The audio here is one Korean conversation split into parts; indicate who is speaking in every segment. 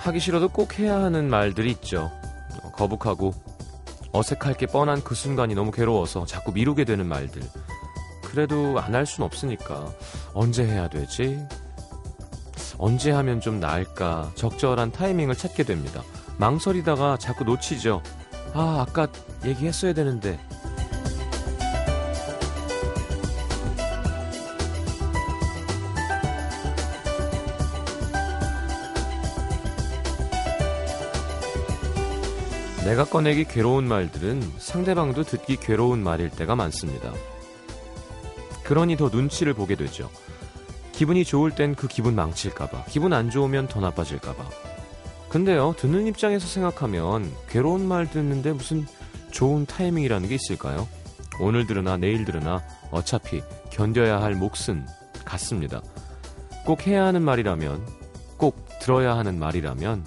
Speaker 1: 하기 싫어도 꼭 해야 하는 말들이 있죠. 어, 거북하고 어색할 게 뻔한 그 순간이 너무 괴로워서 자꾸 미루게 되는 말들. 그래도 안 할 순 없으니까 언제 해야 되지? 언제 하면 좀 나을까? 적절한 타이밍을 찾게 됩니다. 망설이다가 자꾸 놓치죠. 아, 아까 얘기했어야 되는데. 내가 꺼내기 괴로운 말들은 상대방도 듣기 괴로운 말일 때가 많습니다. 그러니 더 눈치를 보게 되죠. 기분이 좋을 땐 그 기분 망칠까봐, 기분 안 좋으면 더 나빠질까봐. 근데요, 듣는 입장에서 생각하면 괴로운 말 듣는데 무슨 좋은 타이밍이라는 게 있을까요? 오늘 들으나 내일 들으나 어차피 견뎌야 할 몫은 같습니다. 꼭 해야 하는 말이라면, 꼭 들어야 하는 말이라면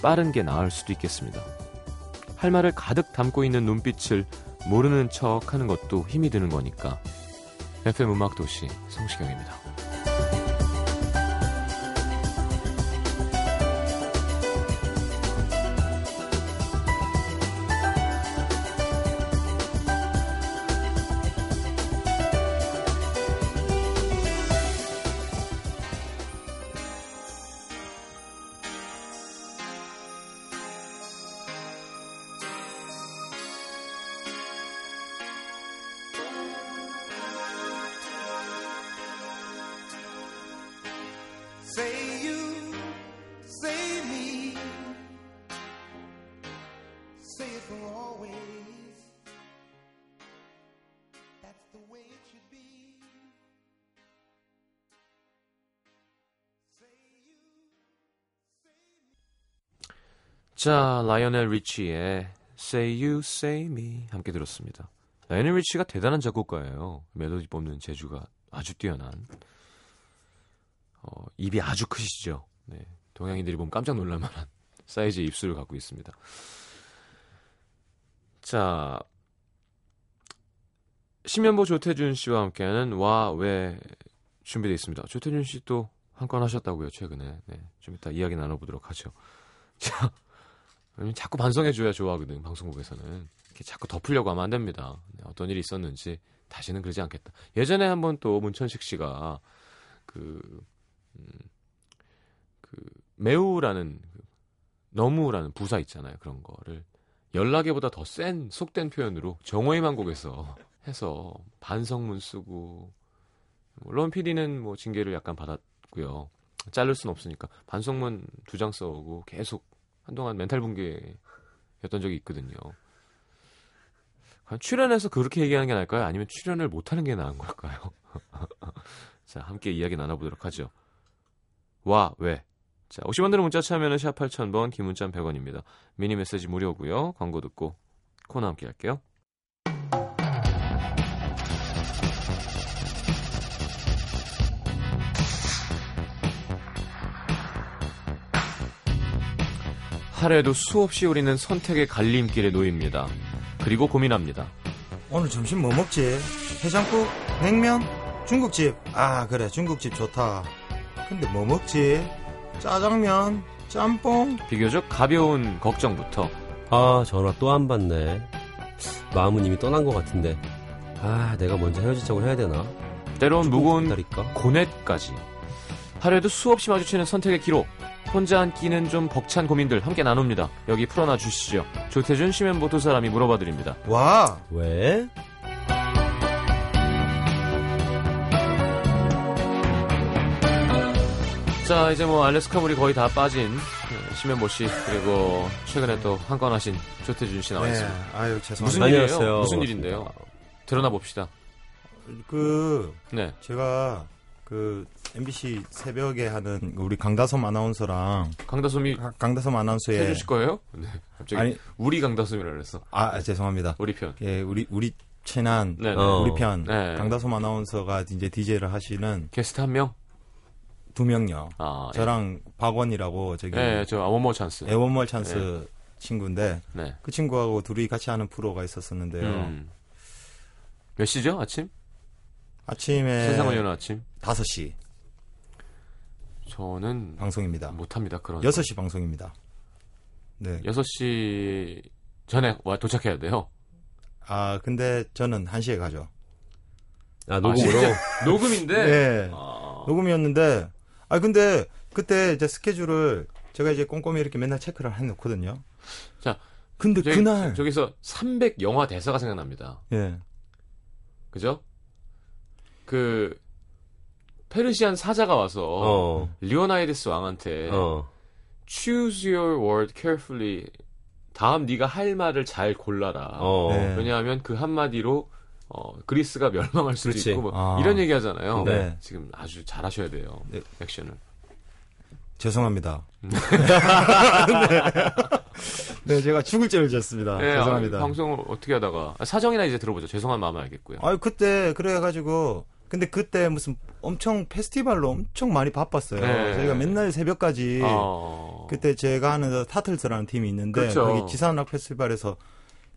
Speaker 1: 빠른 게 나을 수도 있겠습니다. 할 말을 가득 담고 있는 눈빛을 모르는 척 하는 것도 힘이 드는 거니까. FM 음악 도시 성시경입니다.
Speaker 2: Say you, say me. Say it for always. That's the way it should be. Say you.
Speaker 1: 자, 라이오넬 리치의 Say You, Say Me 함께 들었습니다. 라이오넬 리치가 대단한 작곡가예요. 멜로디 뽑는 재주가 아주 뛰어난. 어, 입이 아주 크시죠. 네, 동양인들이 보면 깜짝 놀랄 만한 사이즈의 입술을 갖고 있습니다. 자, 신면보 조태준 씨와 함께하는 와 왜 준비되어 있습니다. 조태준 씨 또 한 건 하셨다고요, 최근에. 네, 좀 이따 이야기 나눠보도록 하죠. 자, 왜냐면 자꾸 반성해줘야 좋아하거든 방송국에서는 이렇게 자꾸 덮으려고 하면 안 됩니다 네, 어떤 일이 있었는지 다시는 그러지 않겠다 예전에 한번 또 문천식 씨가 그, 음, 그 매우라는 그 너무라는 부사 있잖아요 그런 거를 연락에보다 더 센 속된 표현으로 정호의만 곡에서 해서 반성문 쓰고 론 PD는 뭐 징계를 약간 받았고요 자를 순 없으니까 반성문 두 장 써오고 계속 한동안 멘탈 붕괴였던 적이 있거든요. 과연 출연해서 그렇게 얘기하는 게 나을까요? 아니면 출연을 못하는 게 나은 걸까요? 자, 함께 이야기 나눠보도록 하죠. 와, 왜? 자, 50원 들은 문자 참여는 샵 8000번, 긴 문자 100원입니다. 미니 메시지 무료고요. 광고 듣고 코너 함께 할게요. 하루에도 수없이 우리는 선택의 갈림길에 놓입니다. 그리고 고민합니다.
Speaker 3: 오늘 점심 뭐 먹지? 해장국? 냉면? 중국집? 아, 그래, 중국집 좋다. 근데 뭐 먹지? 짜장면? 짬뽕?
Speaker 1: 비교적 가벼운 걱정부터
Speaker 4: 아 전화 또 안 받네 마음은 이미 떠난 것 같은데 아 내가 먼저 헤어지자고 해야 되나
Speaker 1: 때론 무거운
Speaker 4: 기다릴까
Speaker 1: 고뇌까지 하루에도 수없이 마주치는 선택의 기록 혼자 한 끼는 좀 벅찬 고민들 함께 나눕니다 여기 풀어놔 주시죠 조태준 심현보 두 사람이 물어봐 드립니다
Speaker 3: 와!
Speaker 4: 왜
Speaker 1: 자 이제 뭐 알래스카 물이 거의 다 빠진 어, 심현보 씨 그리고 최근에 또 한 건 하신 조태준 씨 나와 있습니다
Speaker 3: 네, 아유, 죄송합니다.
Speaker 1: 무슨 일이에요
Speaker 4: 안녕하세요.
Speaker 1: 무슨 일인데요 드러나 봅시다
Speaker 3: 그,
Speaker 1: 네
Speaker 3: 제가, 그, MBC 새벽에 하는 우리 강다솜 아나운서랑,
Speaker 1: 강다솜이
Speaker 3: 강- 강다솜 아나운서의.
Speaker 1: 해주실 거예요 네 갑자기
Speaker 3: 아니,
Speaker 1: 우리 강다솜이라 그랬어
Speaker 3: 아, 죄송합니다.
Speaker 1: 우리 편
Speaker 3: 예, 우리, 우리 친한,
Speaker 1: 네, 네.
Speaker 4: 어.
Speaker 3: 우리 편,
Speaker 1: 네.
Speaker 3: 강다솜 아나운서가 이제 DJ를 하시는
Speaker 1: 게스트 한명아
Speaker 3: 두 명요.
Speaker 1: 예.
Speaker 3: 저랑 박원이라고 저기
Speaker 1: 예, 저 원모 찬스.
Speaker 3: 애원멀 찬스 친구인데
Speaker 1: 네.
Speaker 3: 그 친구하고 둘이 같이 하는 프로가 있었었는데요.
Speaker 1: 음. 몇 시죠? 아침?
Speaker 3: 아침에
Speaker 4: 네.
Speaker 1: 세상을 여는 아침.
Speaker 3: 5시.
Speaker 1: 저는
Speaker 3: 방송입니다.
Speaker 1: 못합니다. 그런
Speaker 3: 6시 방송입니다. 네.
Speaker 1: 6시 전에 와 도착해야 돼요.
Speaker 3: 아, 근데 저는 1시에 가죠.
Speaker 4: 아,
Speaker 1: 아,
Speaker 4: 녹음으로?
Speaker 1: 실제 녹음인데.
Speaker 3: 네.
Speaker 1: 아,
Speaker 3: 녹음이었는데 아 근데 그때 이제 스케줄을 제가 이제 꼼꼼히 이렇게 맨날 체크를 해 놓거든요.
Speaker 1: 자,
Speaker 3: 근데
Speaker 1: 저기-
Speaker 3: 그날
Speaker 1: 저기서 300 영화 대사가 생각납니다.
Speaker 3: 예.
Speaker 1: 그죠? 그 페르시안 사자가 와서
Speaker 4: 어,
Speaker 1: 리오나이데스 왕한테
Speaker 4: 어.
Speaker 1: choose your word carefully 다음 네가 할 말을 잘 골라라.
Speaker 4: 어.
Speaker 3: 네.
Speaker 1: 왜냐하면 그 한마디로 어, 그리스가 멸망할 수도
Speaker 4: 그렇지.
Speaker 1: 있고 뭐
Speaker 3: 아.
Speaker 1: 이런 얘기 하잖아요.
Speaker 3: 네.
Speaker 1: 지금 아주 잘하셔야 돼요.
Speaker 3: 네.
Speaker 1: 액션을.
Speaker 3: 죄송합니다.
Speaker 1: 음.
Speaker 3: 네. 네, 제가 죽을 죄를 지었습니다.
Speaker 1: 네,
Speaker 3: 죄송합니다.
Speaker 1: 아, 방송을 어떻게 하다가 아, 사정이나 이제 들어보죠. 죄송한 마음을 알겠고요.
Speaker 3: 아유 그때 그래가지고 근데 그때 무슨 엄청 페스티벌로 엄청 많이 바빴어요.
Speaker 1: 네.
Speaker 3: 저희가 맨날 새벽까지
Speaker 1: 어.
Speaker 3: 예. 그때 제가 하는 타틀스라는 팀이 있는데
Speaker 1: 그렇죠.
Speaker 3: 거기 지산락 페스티벌에서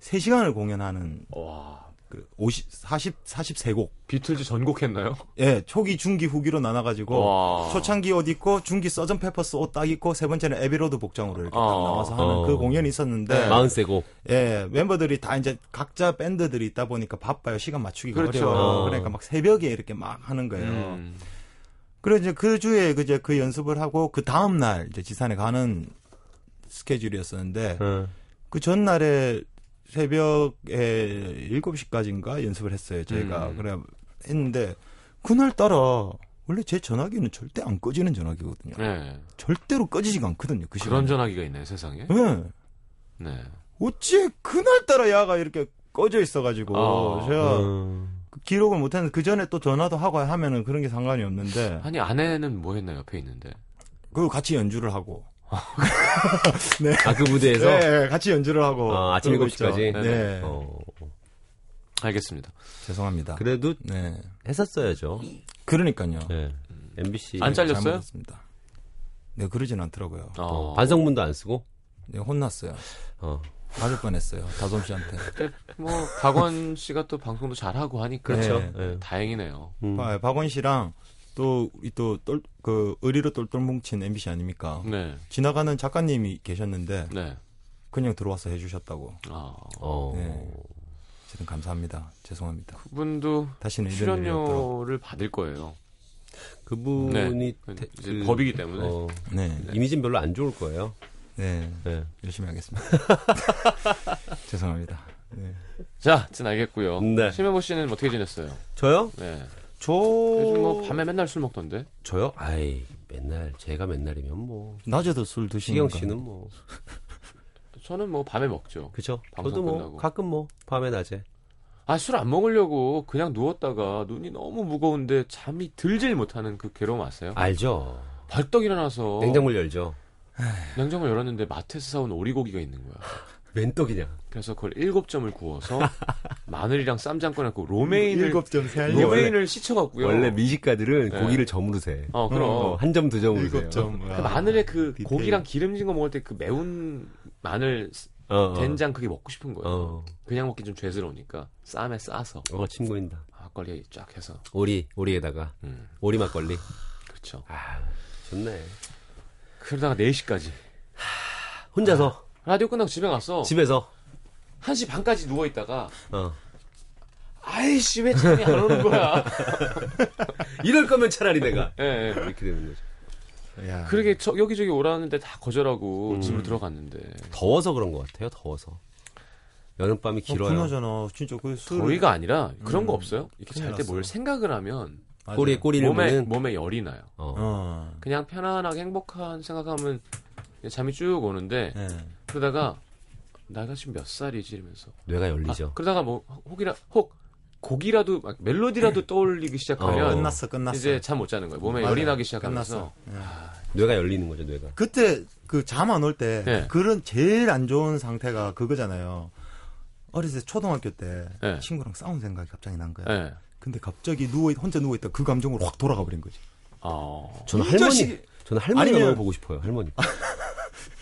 Speaker 3: 3시간을 공연하는
Speaker 1: 와
Speaker 3: 그 50, 40, 43곡.
Speaker 1: 비틀즈 전곡했나요?
Speaker 3: 예, 초기, 중기, 후기로 나눠가지고
Speaker 1: 와.
Speaker 3: 초창기 옷 입고 중기 서전 페퍼스 옷 딱 입고 세 번째는 에비로드 복장으로 이렇게
Speaker 1: 어. 네.
Speaker 3: 딱 나와서 하는
Speaker 4: 어.
Speaker 3: 그 공연이 있었는데
Speaker 4: 마흔 세고.
Speaker 3: 예, 멤버들이 다 이제 각자 밴드들이 있다 보니까 바빠요. 시간 맞추기가
Speaker 1: 그렇죠.
Speaker 3: 어려워요.
Speaker 4: 어.
Speaker 3: 그러니까 막 새벽에 이렇게 막 하는 거예요.
Speaker 1: 음.
Speaker 3: 그래 이제 그 주에 그 이제 그 연습을 하고 그 다음 날 이제 지산에 가는
Speaker 1: 네.
Speaker 3: 스케줄이었었는데
Speaker 4: 응.
Speaker 3: 그 전날에 새벽에 7시까지인가 연습을 했어요. 저희가
Speaker 1: 음.
Speaker 3: 그래 했는데 그날 따라 원래 제 전화기는 절대 안 꺼지는 전화기거든요.
Speaker 1: 네.
Speaker 3: 절대로 꺼지지가 않거든요. 그
Speaker 1: 그런
Speaker 3: 시간.
Speaker 1: 전화기가 있네요 세상에.
Speaker 3: 예.
Speaker 1: 네.
Speaker 3: 어찌 그날 따라 야가 이렇게 꺼져 있어가지고
Speaker 1: 아,
Speaker 3: 제가
Speaker 4: 음.
Speaker 3: 그 기록을 못했는데 그 전에 또 전화도 하고 하면은 그런 게 상관이 없는데
Speaker 1: 아니 아내는 뭐 했나 요 옆에 있는데.
Speaker 3: 그리고 같이 연주를 하고
Speaker 4: 아, 그 무대에서?
Speaker 3: 네, 네, 같이 연주를 하고
Speaker 4: 아, 아침
Speaker 3: 그러고 있죠.
Speaker 4: 7시까지?
Speaker 3: 네
Speaker 4: 어.
Speaker 1: 알겠습니다.
Speaker 3: 죄송합니다.
Speaker 4: 그래도
Speaker 3: 네
Speaker 4: 했었어야죠.
Speaker 3: 그러니까요.
Speaker 4: 네. MBC.
Speaker 1: 안 잘렸어요?
Speaker 3: 예, 잘못했습니다. 네 그러진 않더라고요.
Speaker 1: 어.
Speaker 4: 반성문도 안 쓰고?
Speaker 3: 네, 혼났어요.
Speaker 4: 어.
Speaker 3: 맞을 뻔했어요. 다솜 씨한테.
Speaker 1: 근데 뭐 박원 씨가 또 방송도 잘하고 하니까
Speaker 3: 그렇죠.
Speaker 1: 네.
Speaker 4: 네.
Speaker 1: 다행이네요.
Speaker 4: 음.
Speaker 3: 아, 박- 박원 씨랑 또 우리 또그 의리로 똘똘 뭉친 MBC 아닙니까?
Speaker 1: 네.
Speaker 3: 지나가는 작가님이 계셨는데
Speaker 1: 네.
Speaker 3: 그냥 들어와서 해주셨다고.
Speaker 1: 아.
Speaker 4: 어.
Speaker 3: 네. 저는 감사합니다. 죄송합니다.
Speaker 1: 그분도
Speaker 3: 다시는 네, 이런 일이 없도록.
Speaker 1: 출연료를 받을 거예요.
Speaker 4: 그분이
Speaker 1: 네.
Speaker 4: 대-
Speaker 1: 이제
Speaker 4: 그-
Speaker 1: 법이기 때문에.
Speaker 4: 어,
Speaker 3: 네,
Speaker 4: 이미지는 별로 안 좋을 거예요.
Speaker 3: 네,
Speaker 4: 네.
Speaker 3: 열심히 하겠습니다. 죄송합니다. 네.
Speaker 1: 자, 진 알겠고요.
Speaker 4: 네.
Speaker 1: 심혜보 씨는 뭐 어떻게 지냈어요?
Speaker 4: 저요?
Speaker 1: 네.
Speaker 4: 저
Speaker 1: 요즘 뭐 밤에 맨날 술 먹던데.
Speaker 4: 저요? 아이 맨날 제가 맨날이면 뭐
Speaker 3: 낮에도 술 드시니까.
Speaker 4: 시경 씨는 뭐
Speaker 1: 저는 뭐 밤에 먹죠.
Speaker 4: 그죠?
Speaker 1: 방송
Speaker 4: 저도 뭐
Speaker 1: 끝나고.
Speaker 4: 가끔 뭐 밤에 낮에
Speaker 1: 아, 술 안 먹으려고 그냥 누웠다가 눈이 너무 무거운데 잠이 들질 못하는 그 괴로움 아세요?
Speaker 4: 알죠.
Speaker 1: 벌떡 일어나서
Speaker 4: 냉장고를 열죠.
Speaker 1: 냉장고 열었는데 마트에서 사온 오리고기가 있는 거야.
Speaker 4: 웬떡이냐?
Speaker 1: 그래서 그걸 일곱 점을 구워서 마늘이랑 쌈장 꺼내고 로메인을
Speaker 3: 일곱 점 세
Speaker 4: 이게 원래-
Speaker 1: 로메인을 시쳐갖고요.
Speaker 4: 원래 미식가들은
Speaker 1: 네.
Speaker 4: 고기를 점으로 세.
Speaker 1: 어 그럼
Speaker 4: 어, 한 점 두 점으로 세요.
Speaker 3: 일곱 점.
Speaker 1: 그 마늘에 그
Speaker 4: 아,
Speaker 3: 디테일.
Speaker 1: 고기랑 기름진 거 먹을 때 그 매운 마늘
Speaker 4: 어, 어.
Speaker 1: 된장 그게 먹고 싶은 거예요.
Speaker 4: 어.
Speaker 1: 그냥 먹기 좀 죄스러우니까 쌈에 싸서
Speaker 4: 어 친구인다.
Speaker 1: 막걸리 쫙 해서
Speaker 4: 오리 오리에다가
Speaker 1: 음,
Speaker 4: 오리 막걸리.
Speaker 1: 그렇죠.
Speaker 4: 아 좋네.
Speaker 1: 그러다가 4시까지
Speaker 4: 혼자서
Speaker 1: 라디오 끝나고 집에 가서
Speaker 4: 집에서
Speaker 1: 1시 반까지 누워 있다가
Speaker 4: 어.
Speaker 1: 아이씨 왜 잠이 안 오는 거야.
Speaker 4: 이럴 거면 차라리 내가
Speaker 1: 예, 예.
Speaker 4: 이렇게 되는 거죠.
Speaker 3: 야.
Speaker 1: 그러게 저- 여기저기 오라는데 다 거절하고 집으로 들어갔는데
Speaker 4: 더워서 그런 것 같아요. 더워서 여름밤이 길어요.
Speaker 3: 분하잖아. 진짜 그 술.
Speaker 1: 더위가 아니라 그런 거 없어요? 이렇게
Speaker 3: 큰일
Speaker 1: 잘 때 뭘
Speaker 3: 났어.
Speaker 1: 생각을 하면
Speaker 3: 맞아요.
Speaker 4: 꼬리에 꼬리를
Speaker 1: 몸에
Speaker 4: 무는
Speaker 1: 몸에 열이 나요.
Speaker 4: 어.
Speaker 3: 어.
Speaker 1: 그냥 편안하게 행복한 생각하면 그냥 잠이 쭉 오는데
Speaker 3: 예.
Speaker 1: 그러다가 내가 지금 몇 살이지 이러면서
Speaker 4: 뇌가
Speaker 1: 아,
Speaker 4: 열리죠.
Speaker 1: 그러다가 뭐 혹이라 혹 곡이라도 막 멜로디라도 떠올리기
Speaker 4: 네. 어,
Speaker 1: 시작하면
Speaker 3: 끝났어, 끝났어.
Speaker 1: 이제 잠 못 자는 거예요. 몸에
Speaker 3: 맞아요.
Speaker 1: 열이 나기 시작하면서
Speaker 3: 끝났어. 예.
Speaker 4: 뇌가 열리는 거죠, 뇌가.
Speaker 3: 그때 그 잠 안 올 때
Speaker 1: 네.
Speaker 3: 그런 제일 안 좋은 상태가 그거잖아요. 어렸을 때 초등학교 때
Speaker 1: 네.
Speaker 3: 친구랑 싸운 생각이 갑자기 난
Speaker 4: 네.
Speaker 3: 거야.
Speaker 1: 예.
Speaker 3: 근데 갑자기 누워 혼자 누워 있다 그 감정으로 확 돌아가 버린 거지.
Speaker 1: 어.
Speaker 4: 저는
Speaker 3: 이
Speaker 4: 할머니,
Speaker 3: 자식이-
Speaker 4: 저는 할머니가
Speaker 3: 아니면-
Speaker 4: 너무 보고 싶어요, 할머니.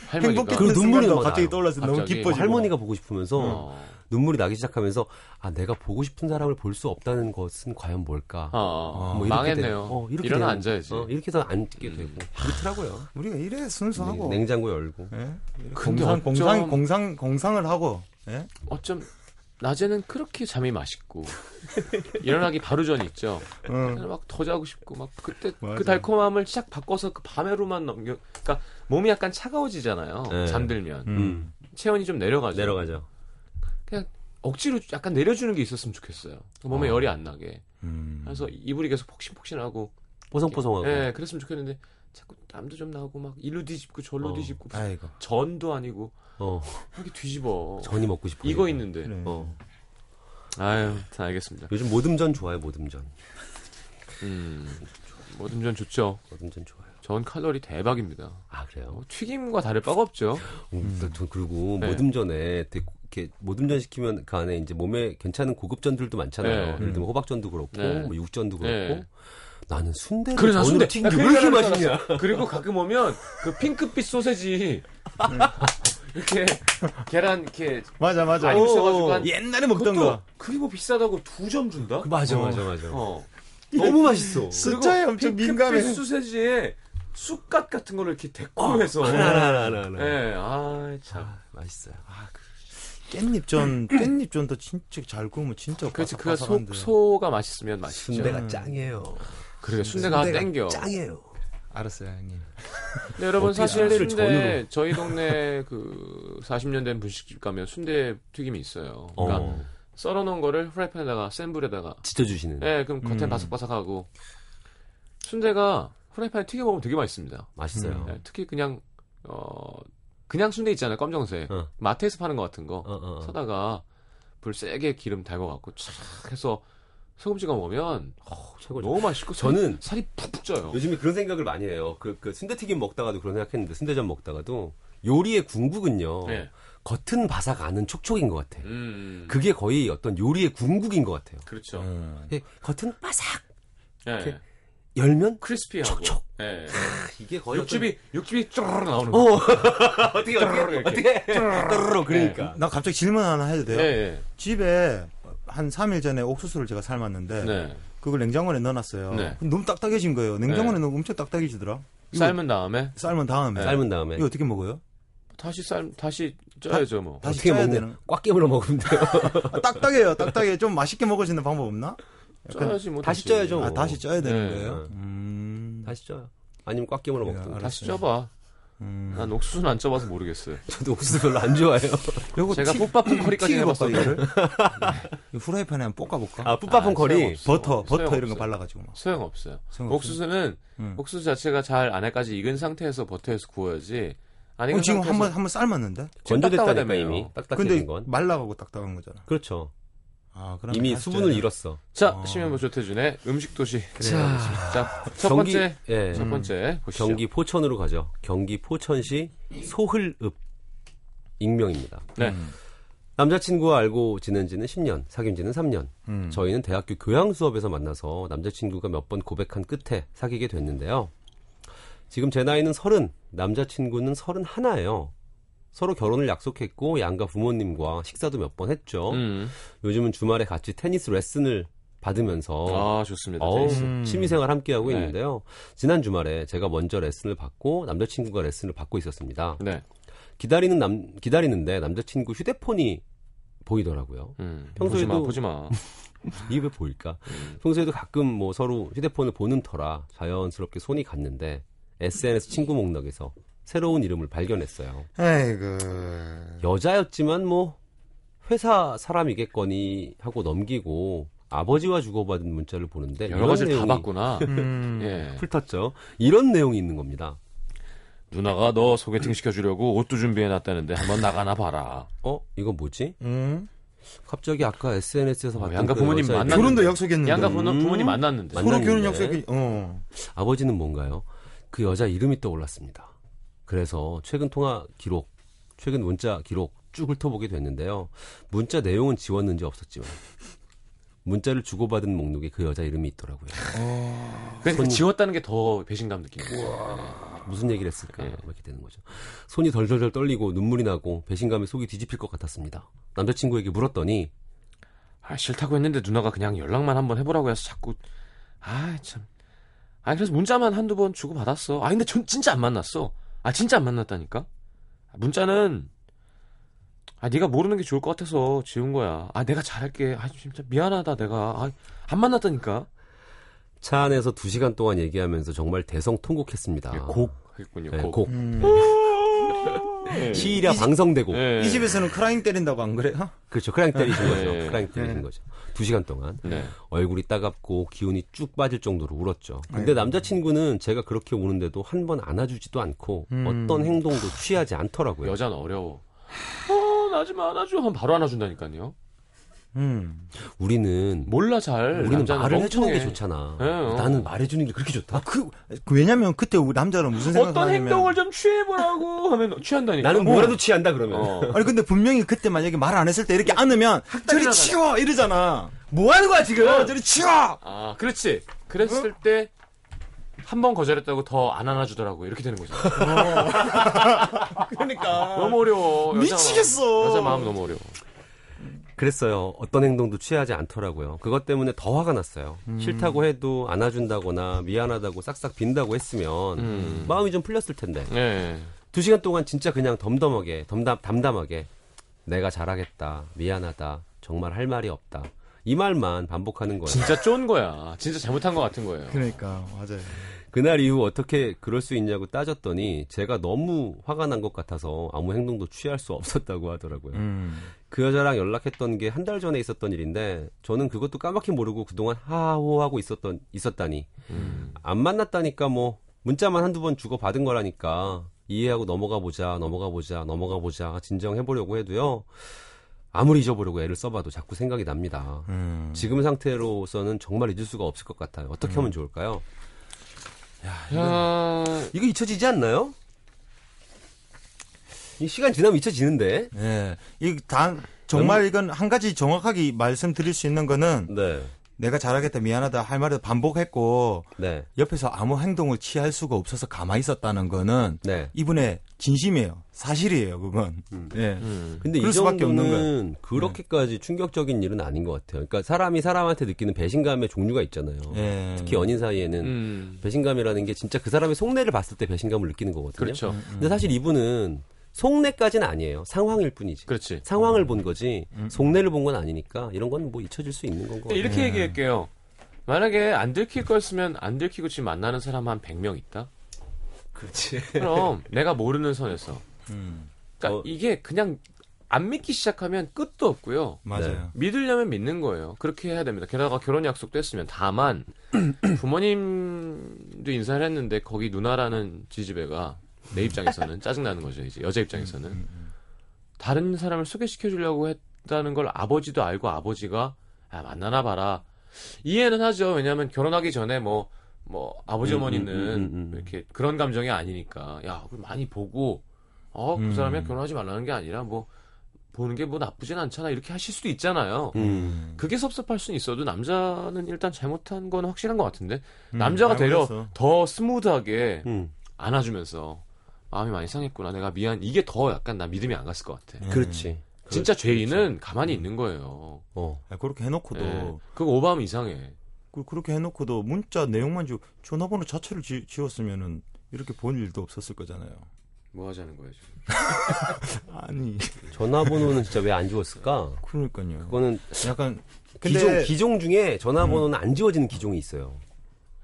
Speaker 1: 할머니가.
Speaker 3: 행복했던
Speaker 4: 그 눈물이
Speaker 3: 순간도
Speaker 4: 너무
Speaker 3: 갑자기
Speaker 4: 나요.
Speaker 3: 떠올라서 너무
Speaker 1: 갑자기.
Speaker 4: 뭐
Speaker 1: 그리고-
Speaker 3: 기뻐지고
Speaker 4: 할머니가 보고 싶으면서
Speaker 1: 어.
Speaker 4: 눈물이 나기 시작하면서 아 내가 보고 싶은 사람을 볼 수 없다는 것은 과연 뭘까?
Speaker 1: 어, 어.
Speaker 4: 뭐 이렇게
Speaker 1: 망했네요.
Speaker 4: 돼요. 어, 이렇게
Speaker 1: 일어나
Speaker 4: 되는-
Speaker 1: 앉아야지. 음,
Speaker 4: 어, 이렇게 해서 앉게 되고 그렇더라고요.
Speaker 3: 우리가 이래 순수하고
Speaker 4: 냉장고 열고
Speaker 3: 예? 이렇게
Speaker 1: 근데
Speaker 3: 공상,
Speaker 1: 어쩜-
Speaker 3: 공상 공상 공상을 하고 예?
Speaker 1: 어쩜 낮에는 그렇게 잠이 맛있고 일어나기 바로 전 있죠.
Speaker 4: 음.
Speaker 3: 응.
Speaker 1: 막 더 자고 싶고 막 그때
Speaker 3: 맞아요.
Speaker 1: 그 달콤함을 싹 바꿔서 그 밤에로만 넘겨. 그러니까 몸이 약간 차가워지잖아요.
Speaker 4: 네.
Speaker 1: 잠들면
Speaker 4: 음,
Speaker 1: 체온이 좀 내려가죠.
Speaker 4: 내려가죠.
Speaker 1: 억지로 약간 내려주는 게 있었으면 좋겠어요. 그 몸에
Speaker 4: 어.
Speaker 1: 열이 안 나게.
Speaker 3: 음.
Speaker 1: 그래서 이불이 계속 폭신폭신하고
Speaker 4: 뽀송뽀송하고
Speaker 1: 예, 그랬으면 좋겠는데 자꾸 땀도 좀 나고 막 일로 뒤집고 절로
Speaker 4: 어.
Speaker 1: 뒤집고 무슨
Speaker 3: 아이고
Speaker 1: 전도 아니고
Speaker 4: 어,
Speaker 1: 이렇게 뒤집어.
Speaker 4: 전이 먹고 싶어.
Speaker 1: 이거 있는데.
Speaker 3: 그래.
Speaker 4: 어.
Speaker 1: 아유, 다 알겠습니다.
Speaker 4: 요즘 모듬전 좋아요. 모듬전.
Speaker 1: 음. 뭐든 전 좋죠.
Speaker 4: 모듬전 좋아요.
Speaker 1: 전 칼로리 대박입니다.
Speaker 4: 아 그래요?
Speaker 1: 어, 튀김과 다를 바가 없죠.
Speaker 4: 음. 전 그리고
Speaker 1: 네.
Speaker 4: 모듬전에 되게 이렇게 모듬전 시키면 그 안에 이제 몸에 괜찮은 고급전들도 많잖아요.
Speaker 1: 네.
Speaker 4: 예를 들면 호박전도 그렇고
Speaker 1: 네.
Speaker 4: 뭐 육전도 그렇고
Speaker 1: 네.
Speaker 4: 나는 순대를
Speaker 1: 그래, 나 순대.
Speaker 4: 전으로 튀긴
Speaker 1: 나
Speaker 4: 게
Speaker 1: 그
Speaker 4: 왜 이렇게
Speaker 1: 얘기하려고
Speaker 4: 맛있냐?
Speaker 1: 그리고 가끔 오면 그 핑크빛 소세지 이렇게 계란 이렇게
Speaker 3: 맞아 맞아
Speaker 1: 많이 있어가지고 한-
Speaker 3: 옛날에 먹던
Speaker 1: 그것도
Speaker 3: 거
Speaker 1: 그게 뭐 비싸다고 두 점 준다?
Speaker 4: 그 맞아
Speaker 3: 어.
Speaker 4: 맞아 맞아.
Speaker 1: 어.
Speaker 4: 너무 맛있어.
Speaker 3: 숫자에 엄청 민감해.
Speaker 1: 핑크빛 소세지에 쑥갓 같은 걸 이렇게 데코해서
Speaker 4: 하나 하나 하나 하나.
Speaker 1: 예, 아, 참.
Speaker 4: 아, 맛있어요.
Speaker 3: 깻잎전 깻잎전도 진짜 잘 구우면 진짜
Speaker 1: 음. 그렇지, 그 소,
Speaker 3: 바삭바삭한데.
Speaker 1: 소가 맛있으면 맛있죠.
Speaker 4: 순대가 짱이에요.
Speaker 1: 그래, 순대가 음. 땡겨.
Speaker 4: 짱이에요.
Speaker 3: 알았어요 형님
Speaker 1: 네, 여러분
Speaker 4: 어떻게
Speaker 1: 사실
Speaker 4: 순대를
Speaker 1: 순대 저희 동네 그 40년 된 분식집 가면 순대 튀김이 있어요. 그러니까
Speaker 4: 어. 음.
Speaker 1: 썰어놓은 거를 프라이팬에다가 센 불에다가
Speaker 4: 지쳐주시는.
Speaker 1: 예, 그럼 겉에
Speaker 3: 음.
Speaker 1: 바삭바삭하고 순대가 프라이팬에 튀겨 먹으면 되게 맛있습니다.
Speaker 4: 맛있어요.
Speaker 1: 예, 특히 그냥 어 그냥 순대 있잖아요, 검정색
Speaker 4: 어.
Speaker 1: 마트에서 파는 것 같은 거
Speaker 4: 어, 어, 어.
Speaker 1: 네. 사다가 불 세게 기름 달궈갖고 촥 해서 소금 찍어 먹으면
Speaker 4: 어, 최고죠.
Speaker 1: 너무 맛있고 살이-
Speaker 4: 저는
Speaker 1: 살이 푹푹 쪄요.
Speaker 4: 요즘에 그런 생각을 많이 해요. 그, 그 순대튀김 먹다가도 그런 생각했는데 순대전 먹다가도 요리의 궁극은요.
Speaker 1: 네.
Speaker 4: 겉은 바삭 안은 촉촉인 것 같아.
Speaker 1: 음,
Speaker 4: 그게 거의 어떤 요리의 궁극인 것 같아요.
Speaker 1: 그렇죠.
Speaker 3: 음. 어.
Speaker 4: 예, 겉은 바삭
Speaker 1: 예.
Speaker 4: 그- 열면
Speaker 1: 크리스피하고
Speaker 4: 촉촉.
Speaker 1: 예.
Speaker 4: 아, 이게 거의
Speaker 1: 육즙이 육즙이 쪼르르 나오는
Speaker 4: 어.
Speaker 1: 거.
Speaker 4: 어떤- 어떻게 어떻게
Speaker 1: 이렇게.
Speaker 4: 어떻게 떠르르 그러니까
Speaker 3: 나 갑자기 질문 하나 해도
Speaker 1: 예,
Speaker 3: 돼요?
Speaker 1: 예.
Speaker 3: 집에 한 3일 전에 옥수수를 제가 삶았는데
Speaker 1: 네.
Speaker 3: 그걸 냉장고에 넣어놨어요
Speaker 1: 네.
Speaker 3: 너무 딱딱해진 거예요 냉장고에
Speaker 1: 네.
Speaker 3: 넣으면 엄청 딱딱해지더라 이거
Speaker 1: 삶은 다음에
Speaker 3: 삶은 다음에
Speaker 4: 삶은 다음에
Speaker 3: 이거 어떻게 먹어요?
Speaker 1: 다시 삶 다시 쪄야죠 뭐.
Speaker 3: 다시
Speaker 4: 어떻게
Speaker 3: 짜야
Speaker 4: 먹는
Speaker 3: 되는
Speaker 4: 꽉 깨물어 먹으면 돼요.
Speaker 3: 아, 딱딱해요 딱딱해 좀 맛있게 먹을 수 있는 방법 없나? 약간-
Speaker 1: 쪄야지 뭐
Speaker 4: 다시
Speaker 1: 다시.
Speaker 4: 쪄야죠.
Speaker 3: 아 다시 쪄야 되는
Speaker 1: 네.
Speaker 3: 거예요?
Speaker 4: 네.
Speaker 3: 음...
Speaker 4: 다시 쪄요. 아니면 꽉 깨물어
Speaker 3: 네,
Speaker 4: 먹든가.
Speaker 1: 다시 쪄봐.
Speaker 3: 음.
Speaker 1: 난 옥수수는 안 쪄봐서 모르겠어요.
Speaker 4: 저도 옥수수 별로 안 좋아해요.
Speaker 3: 요거
Speaker 1: 제가
Speaker 3: 뭐 튀-
Speaker 1: 뽀빠쁜 커리까지
Speaker 3: 튀겨볼까,
Speaker 1: 해봤었는데
Speaker 3: 이거를? 네. 이거 후라이팬에 한번 볶아볼까?
Speaker 4: 아, 뿌빠쁜
Speaker 1: 아,
Speaker 4: 거리.
Speaker 1: 소용없어.
Speaker 3: 버터 버터 이런
Speaker 1: 소용없어요.
Speaker 3: 거 발라가지고 막
Speaker 1: 소용 없어요.
Speaker 3: 생각 없어요.
Speaker 1: 옥수수는
Speaker 3: 음.
Speaker 1: 옥수수 자체가 잘 안에까지 익은 상태에서 버터에서 구워야지. 안 익은
Speaker 3: 어, 지금
Speaker 1: 상태에서
Speaker 3: 한번 한번 삶았는데.
Speaker 4: 건조됐다니까
Speaker 1: 딱딱하다며요.
Speaker 4: 이미. 딱딱해진
Speaker 3: 근데
Speaker 4: 건.
Speaker 3: 말라가고 딱딱한 거잖아.
Speaker 4: 뭐 그렇죠.
Speaker 3: 아, 그럼
Speaker 4: 이미
Speaker 3: 다시
Speaker 4: 수분을
Speaker 3: 짜야 돼.
Speaker 4: 잃었어.
Speaker 1: 자
Speaker 3: 어.
Speaker 1: 심현보 조태준의 음식 도시.
Speaker 4: 자,
Speaker 1: 자첫
Speaker 4: 경기-
Speaker 1: 번째
Speaker 4: 예.
Speaker 1: 첫 번째 보시죠.
Speaker 4: 경기 포천으로 가죠. 경기 포천시 소흘읍 익명입니다.
Speaker 1: 네.
Speaker 4: 음. 남자친구와 알고 지낸 지는 10년, 사귄 지는 3년.
Speaker 3: 음.
Speaker 4: 저희는 대학교 교양 수업에서 만나서 남자친구가 몇 번 고백한 끝에 사귀게 됐는데요. 지금 제 나이는 30, 남자친구는 31예요. 서로 결혼을 약속했고 양가 부모님과 식사도 몇 번 했죠.
Speaker 1: 음.
Speaker 4: 요즘은 주말에 같이 테니스 레슨을 받으면서
Speaker 1: 아 좋습니다.
Speaker 4: 어우,
Speaker 1: 테니스.
Speaker 3: 음.
Speaker 4: 취미생활 함께 하고
Speaker 1: 네.
Speaker 4: 있는데요. 지난 주말에 제가 먼저 레슨을 받고 남자친구가 레슨을 받고 있었습니다.
Speaker 1: 네.
Speaker 4: 기다리는 남 기다리는데 남자친구 휴대폰이 보이더라고요.
Speaker 1: 음.
Speaker 4: 평소에도-
Speaker 1: 보지 마. 보지
Speaker 4: 이게 왜 보일까?
Speaker 1: 음.
Speaker 4: 평소에도 가끔 뭐 서로 휴대폰을 보는 터라 자연스럽게 손이 갔는데 SNS 친구 목록에서 새로운 이름을 발견했어요.
Speaker 3: 에이그.
Speaker 4: 여자였지만 뭐 회사 사람이겠거니 하고 넘기고 아버지와 주고받은 문자를 보는데
Speaker 1: 마. 여러
Speaker 4: 이런
Speaker 1: 가지를 다
Speaker 4: 네, 내용이
Speaker 1: 봤구나.
Speaker 3: 음.
Speaker 1: 예.
Speaker 4: 풀탔죠. 이런 내용이 있는 겁니다.
Speaker 1: 누나가 너 소개팅 시켜주려고 옷도 준비해놨다는데 한번 나가나 봐라.
Speaker 4: 어? 이거 뭐지?
Speaker 3: 음.
Speaker 4: 갑자기 아까 SNS에서 봤던
Speaker 1: 어, 양가
Speaker 4: 그
Speaker 1: 부모님
Speaker 4: 여자애들.
Speaker 1: 만났는데.
Speaker 3: 결혼도 약속했는데.
Speaker 1: 양가 부모, 부모님 만났는데.
Speaker 4: 음. 만-
Speaker 3: 서로 결혼
Speaker 4: 만났는데.
Speaker 3: 약속했. 어.
Speaker 4: 아버지는 뭔가요? 그 여자 이름이 떠올랐습니다. 그래서 최근 통화 기록, 최근 문자 기록 쭉 훑어보게 됐는데요. 문자 내용은 지웠는지 없었지만 문자를 주고받은 목록에 그 여자 이름이 있더라고요.
Speaker 1: 그러니까 지웠다는 게 더 배신감 느끼고.
Speaker 4: 무슨 얘기를 했을까
Speaker 1: 예.
Speaker 4: 이렇게 되는 거죠. 손이 덜덜덜 떨리고 눈물이 나고 배신감에 속이 뒤집힐 것 같았습니다. 남자친구에게 물었더니
Speaker 1: 아, 싫다고 했는데 누나가 그냥 연락만 한번 해보라고 해서 자꾸 아 참. 아 그래서 문자만 한두 번 주고 받았어. 아 근데 전 진짜 안 만났어. 아 진짜 안 만났다니까. 아, 문자는 아 네가 모르는 게 좋을 것 같아서 지운 거야. 아 내가 잘할게. 아 진짜 미안하다 내가. 아 안 만났다니까.
Speaker 4: 차 안에서 두 시간 동안 얘기하면서 정말 대성통곡했습니다.
Speaker 1: 예, 곡 했군요. 네.
Speaker 4: 예,
Speaker 1: 곡.
Speaker 4: 곡.
Speaker 3: 음.
Speaker 4: 시이랴 방성대곡.
Speaker 1: 예.
Speaker 3: 이 집에서는 크라잉 때린다고 안 그래요?
Speaker 4: 그렇죠. 크라잉 때리신 거죠.
Speaker 1: 예.
Speaker 4: 크라잉 때리신
Speaker 3: 예.
Speaker 4: 거죠. 두 시간 동안
Speaker 1: 네.
Speaker 4: 얼굴이 따갑고 기운이 쭉 빠질 정도로 울었죠. 근데
Speaker 3: 아이고.
Speaker 4: 남자친구는 제가 그렇게 우는데도 한 번 안아주지도 않고
Speaker 3: 음.
Speaker 4: 어떤 행동도 취하지 않더라고요.
Speaker 1: 여자는 어려워. 어나 좀 안아줘. 하면 바로 안아준다니까요.
Speaker 3: 음.
Speaker 4: 우리는
Speaker 1: 몰라 잘.
Speaker 4: 우리는
Speaker 1: 뭐 남자는
Speaker 4: 말을 해주는 게
Speaker 1: 멍청해. 아,
Speaker 4: 좋잖아.
Speaker 1: 예.
Speaker 4: 나는 말해주는 게 그렇게 좋다.
Speaker 3: 그, 그 왜냐면 그때 우리 남자는 무슨 생각을
Speaker 1: 어떤
Speaker 3: 하냐면
Speaker 1: 행동을 좀 취해보라고 하면 취한다니까.
Speaker 4: 나는 뭐라도 취한다 그러면.
Speaker 1: 그러니까 어.
Speaker 3: 아니 근데 분명히 그때 만약에 말 안 했을 때 이렇게
Speaker 1: 뭐
Speaker 3: 안으면 저리 치워 이러잖아.
Speaker 4: 뭐 하는 거야 지금?
Speaker 3: 어, 저리 치워.
Speaker 1: 아, 그렇지. 그랬을 때, 한 번 거절했다고 더 안 안아주더라고. 이렇게 되는 거죠.
Speaker 3: 그러니까
Speaker 1: 너무 어려워. 여자
Speaker 3: 미치겠어.
Speaker 1: 마음, 여자 마음 너무 어려워.
Speaker 4: 그랬어요. 어떤 행동도 취하지 않더라고요. 그것 때문에 더 화가 났어요. 싫다고 해도 안아준다거나 미안하다고 싹싹 빈다고 했으면
Speaker 1: 음.
Speaker 4: 마음이 좀 풀렸을 텐데.
Speaker 1: 네.
Speaker 4: 두 시간 동안 진짜 그냥 덤덤하게, 덤담, 담담하게 내가 잘하겠다, 미안하다, 정말 할 말이 없다. 이 말만 반복하는 거예요.
Speaker 1: 진짜 쫀 거야. 진짜 잘못한 것 같은 거예요.
Speaker 3: 그러니까 맞아요.
Speaker 4: 그날 이후 어떻게 그럴 수 있냐고 따졌더니 제가 너무 화가 난 것 같아서 아무 행동도 취할 수 없었다고 하더라고요.
Speaker 3: 음.
Speaker 4: 그 여자랑 연락했던 게 한 달 전에 있었던 일인데 저는 그것도 까맣게 모르고 그동안 하하호하고 있었던 있었다니 안 만났다니까 뭐 문자만 한두 번 주고 받은 거라니까 이해하고 넘어가 보자 넘어가 보자 넘어가 보자 진정해 보려고 해도요 아무리 잊어보려고 애를 써봐도 자꾸 생각이 납니다.
Speaker 3: 음.
Speaker 4: 지금 상태로서는 정말 잊을 수가 없을 것 같아요. 어떻게 하면 좋을까요?
Speaker 3: 아,
Speaker 1: 야,
Speaker 4: 이거 잊혀지지 않나요? 이 시간 지나면 잊혀지는데.
Speaker 3: 예. 이단 정말 이건 한 가지 정확하게 말씀드릴 수 있는 거는
Speaker 4: 네.
Speaker 3: 내가 잘하겠다 미안하다 할 말을 반복했고
Speaker 4: 네.
Speaker 3: 옆에서 아무 행동을 취할 수가 없어서 가만히 있었다는 거는
Speaker 4: 네.
Speaker 3: 이분의 진심이에요. 사실이에요, 그건. 예.
Speaker 4: 근데 이
Speaker 3: 그럴 수밖에 없는
Speaker 4: 정도는 그렇게까지 충격적인 일은 아닌 것 같아요. 그러니까 사람이 사람한테 느끼는 배신감의 종류가 있잖아요.
Speaker 3: 예.
Speaker 4: 특히 연인 사이에는
Speaker 1: 음.
Speaker 4: 배신감이라는 게 진짜 그 사람의 속내를 봤을 때 배신감을 느끼는 거거든요.
Speaker 1: 그렇죠.
Speaker 4: 근데 사실 이분은 속내까지는 아니에요. 상황일 뿐이지.
Speaker 1: 그렇지.
Speaker 4: 상황을 본 거지 속내를 본 건 아니니까 이런 건 뭐 잊혀질 수 있는
Speaker 3: 어,
Speaker 4: 건 거.
Speaker 3: 네.
Speaker 1: 근데
Speaker 4: 같아요.
Speaker 1: 이렇게 얘기할게요. 만약에 안 들킬 거였으면 안 들키고 지금 만나는 사람 한 100명 있다?
Speaker 4: 그렇지.
Speaker 1: 그럼 내가 모르는 선에서.
Speaker 3: 음.
Speaker 1: 그러니까
Speaker 4: 어.
Speaker 1: 이게 그냥 안 믿기 시작하면 끝도 없고요.
Speaker 3: 맞아요.
Speaker 1: 믿으려면 믿는 거예요. 그렇게 해야 됩니다. 게다가 결혼 약속도 했으면 다만 부모님도 인사를 했는데 거기 누나라는 지지배가 내 입장에서는 짜증 나는 거죠. 이제 여자
Speaker 3: 음,
Speaker 1: 입장에서는 다른 사람을 소개시켜 주려고 했다는 걸 아버지도 알고 아버지가 아, 만나나 봐라 이해는 하죠. 왜냐하면 결혼하기 전에 뭐. 뭐 아버지
Speaker 4: 음,
Speaker 1: 어머니는
Speaker 4: 음, 음, 음.
Speaker 1: 이렇게 그런 감정이 아니니까 야 그걸 많이 보고 어 그
Speaker 3: 음.
Speaker 1: 사람이 결혼하지 말라는 게 아니라 뭐 보는 게 뭐 나쁘진 않잖아 이렇게 하실 수도 있잖아요.
Speaker 4: 음.
Speaker 1: 그게 섭섭할 수는 있어도 남자는 일단 잘못한 건 확실한 것 같은데
Speaker 3: 음,
Speaker 1: 남자가
Speaker 3: 되려
Speaker 1: 되려 더 스무드하게
Speaker 4: 음.
Speaker 1: 안아주면서 마음이 많이 상했구나 내가 미안 이게 더 약간 나 믿음이 안 갔을 것 같아.
Speaker 3: 예.
Speaker 4: 그렇지.
Speaker 1: 진짜 죄인은 가만히 있는 거예요.
Speaker 4: 어.
Speaker 3: 아, 그렇게 해놓고도
Speaker 1: 예. 그거 오바하면 이상해.
Speaker 3: 그- 그렇게 해놓고도 문자 내용만 지고 전화번호 자체를 지, 지웠으면은 이렇게 본 일도 없었을 거잖아요.
Speaker 1: 뭐 하자는 거예요 지금?
Speaker 3: 아니
Speaker 4: 전화번호는 진짜 왜 안 지웠을까?
Speaker 3: 그러니까요.
Speaker 4: 그거는
Speaker 3: 약간
Speaker 4: 기종 기종 중에 전화번호는 안 지워지는 기종이 있어요.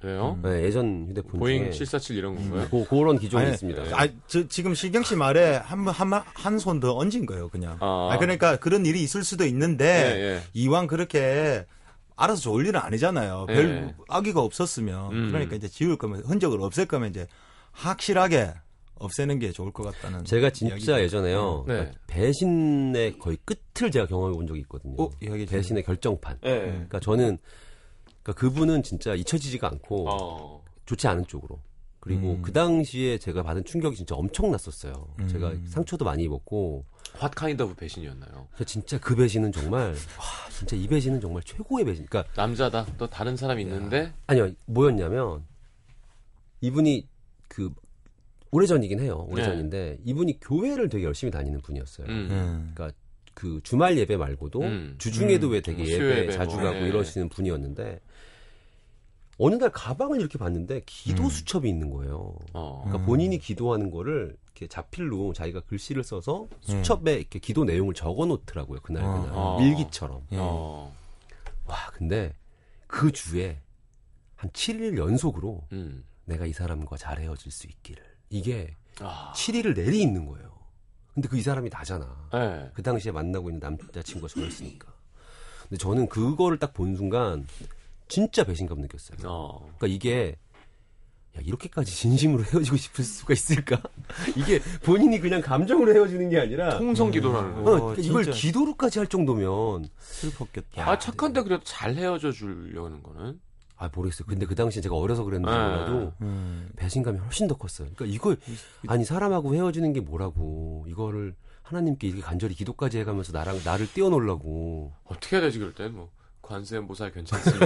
Speaker 1: 왜요?
Speaker 4: 네, 예전 휴대폰
Speaker 1: 보잉
Speaker 4: 중에
Speaker 1: 747 이런 건가요?
Speaker 4: 고, 그런 기종이
Speaker 3: 아니,
Speaker 4: 있습니다.
Speaker 3: 아, 저, 지금 신경 씨 말에 한한한손 더 얹은 거예요, 그냥.
Speaker 1: 아.
Speaker 3: 아, 그러니까 그런 일이 있을 수도 있는데
Speaker 1: 예, 예.
Speaker 3: 이왕 그렇게 알아서 좋을 일은 아니잖아요. 별
Speaker 1: 예.
Speaker 3: 악의가 없었으면
Speaker 1: 음.
Speaker 3: 그러니까 이제 지울 거면 흔적을 없앨 거면 이제 확실하게 없애는 게 좋을 것 같다는.
Speaker 4: 제가 진짜
Speaker 3: 이야기.
Speaker 4: 예전에요.
Speaker 1: 네.
Speaker 4: 그러니까 배신의 거의 끝을 제가 경험해 본 적이 있거든요.
Speaker 3: 어,
Speaker 1: 음.
Speaker 3: 이야기 좀-
Speaker 4: 배신의 결정판.
Speaker 1: 예.
Speaker 4: 그러니까 저는 그러니까 그분은 진짜 잊혀지지가 않고
Speaker 1: 어.
Speaker 4: 좋지 않은 쪽으로. 그리고
Speaker 3: 음.
Speaker 4: 그 당시에 제가 받은 충격이 진짜 엄청났었어요. 제가
Speaker 3: 음.
Speaker 4: 상처도 많이 입었고
Speaker 1: What kind of 배신이었나요?
Speaker 4: 그래서 진짜 그 배신은 정말 와 진짜 이 배신은 정말 최고의 배신. 그러니까
Speaker 1: 남자다. 또 다른 사람이 있는데
Speaker 4: 아니요 뭐였냐면 이분이 그 오래전이긴 해요.
Speaker 1: 네.
Speaker 4: 오래전인데 이분이 교회를 되게 열심히 다니는 분이었어요.
Speaker 1: 음.
Speaker 3: 음.
Speaker 4: 그 주말 예배 말고도
Speaker 1: 음.
Speaker 4: 주중에도
Speaker 3: 음.
Speaker 4: 왜 되게 예배
Speaker 1: 수요예배 뭐.
Speaker 4: 자주 가고
Speaker 1: 네.
Speaker 4: 이러시는 분이었는데 어느 날 가방을 이렇게 봤는데 기도
Speaker 3: 음.
Speaker 4: 수첩이 있는 거예요.
Speaker 1: 어.
Speaker 4: 그러니까
Speaker 3: 음.
Speaker 4: 본인이 기도하는 거를 이렇게 자필로 자기가 글씨를 써서 수첩에 이렇게 기도 내용을 적어 놓더라고요. 그날
Speaker 3: 어,
Speaker 4: 그날
Speaker 1: 네. 어.
Speaker 4: 일기처럼.
Speaker 3: 예.
Speaker 1: 어.
Speaker 4: 와, 근데 그 주에 한 7일 연속으로
Speaker 1: 음.
Speaker 4: 내가 이 사람과 잘 헤어질 수 있기를. 이게
Speaker 1: 아.
Speaker 4: 7일을 내리 있는 거예요. 근데 그 이 사람이 나잖아.
Speaker 1: 네.
Speaker 4: 그 당시에 만나고 있는 남자친구가 저였으니까. 근데 저는 그거를 딱 본 순간 진짜 배신감 느꼈어요.
Speaker 1: 어.
Speaker 4: 그러니까 이게 야, 이렇게까지 진심으로 헤어지고 싶을 수가 있을까? 이게 본인이 그냥 감정으로 헤어지는 게 아니라
Speaker 1: 통성 기도라는 거.
Speaker 4: 어,
Speaker 3: 어,
Speaker 4: 그러니까 이걸
Speaker 3: 진짜.
Speaker 4: 기도로까지 할 정도면
Speaker 3: 슬펐겠다.
Speaker 1: 아, 착한데 그래도 잘 헤어져 주려는 거는.
Speaker 4: 아 모르겠어요. 근데 그 당시에 제가 어려서 그랬는지
Speaker 1: 네.
Speaker 4: 몰라도
Speaker 3: 음.
Speaker 4: 배신감이 훨씬 더 컸어요. 그러니까 이걸 아니 사람하고 헤어지는 게 뭐라고 이거를 하나님께 이렇게 간절히 기도까지 해가면서 나랑 나를 떼어놓으려고
Speaker 1: 어떻게 해야 되지 그럴 땐 뭐. 관세 모살 괜찮습니다.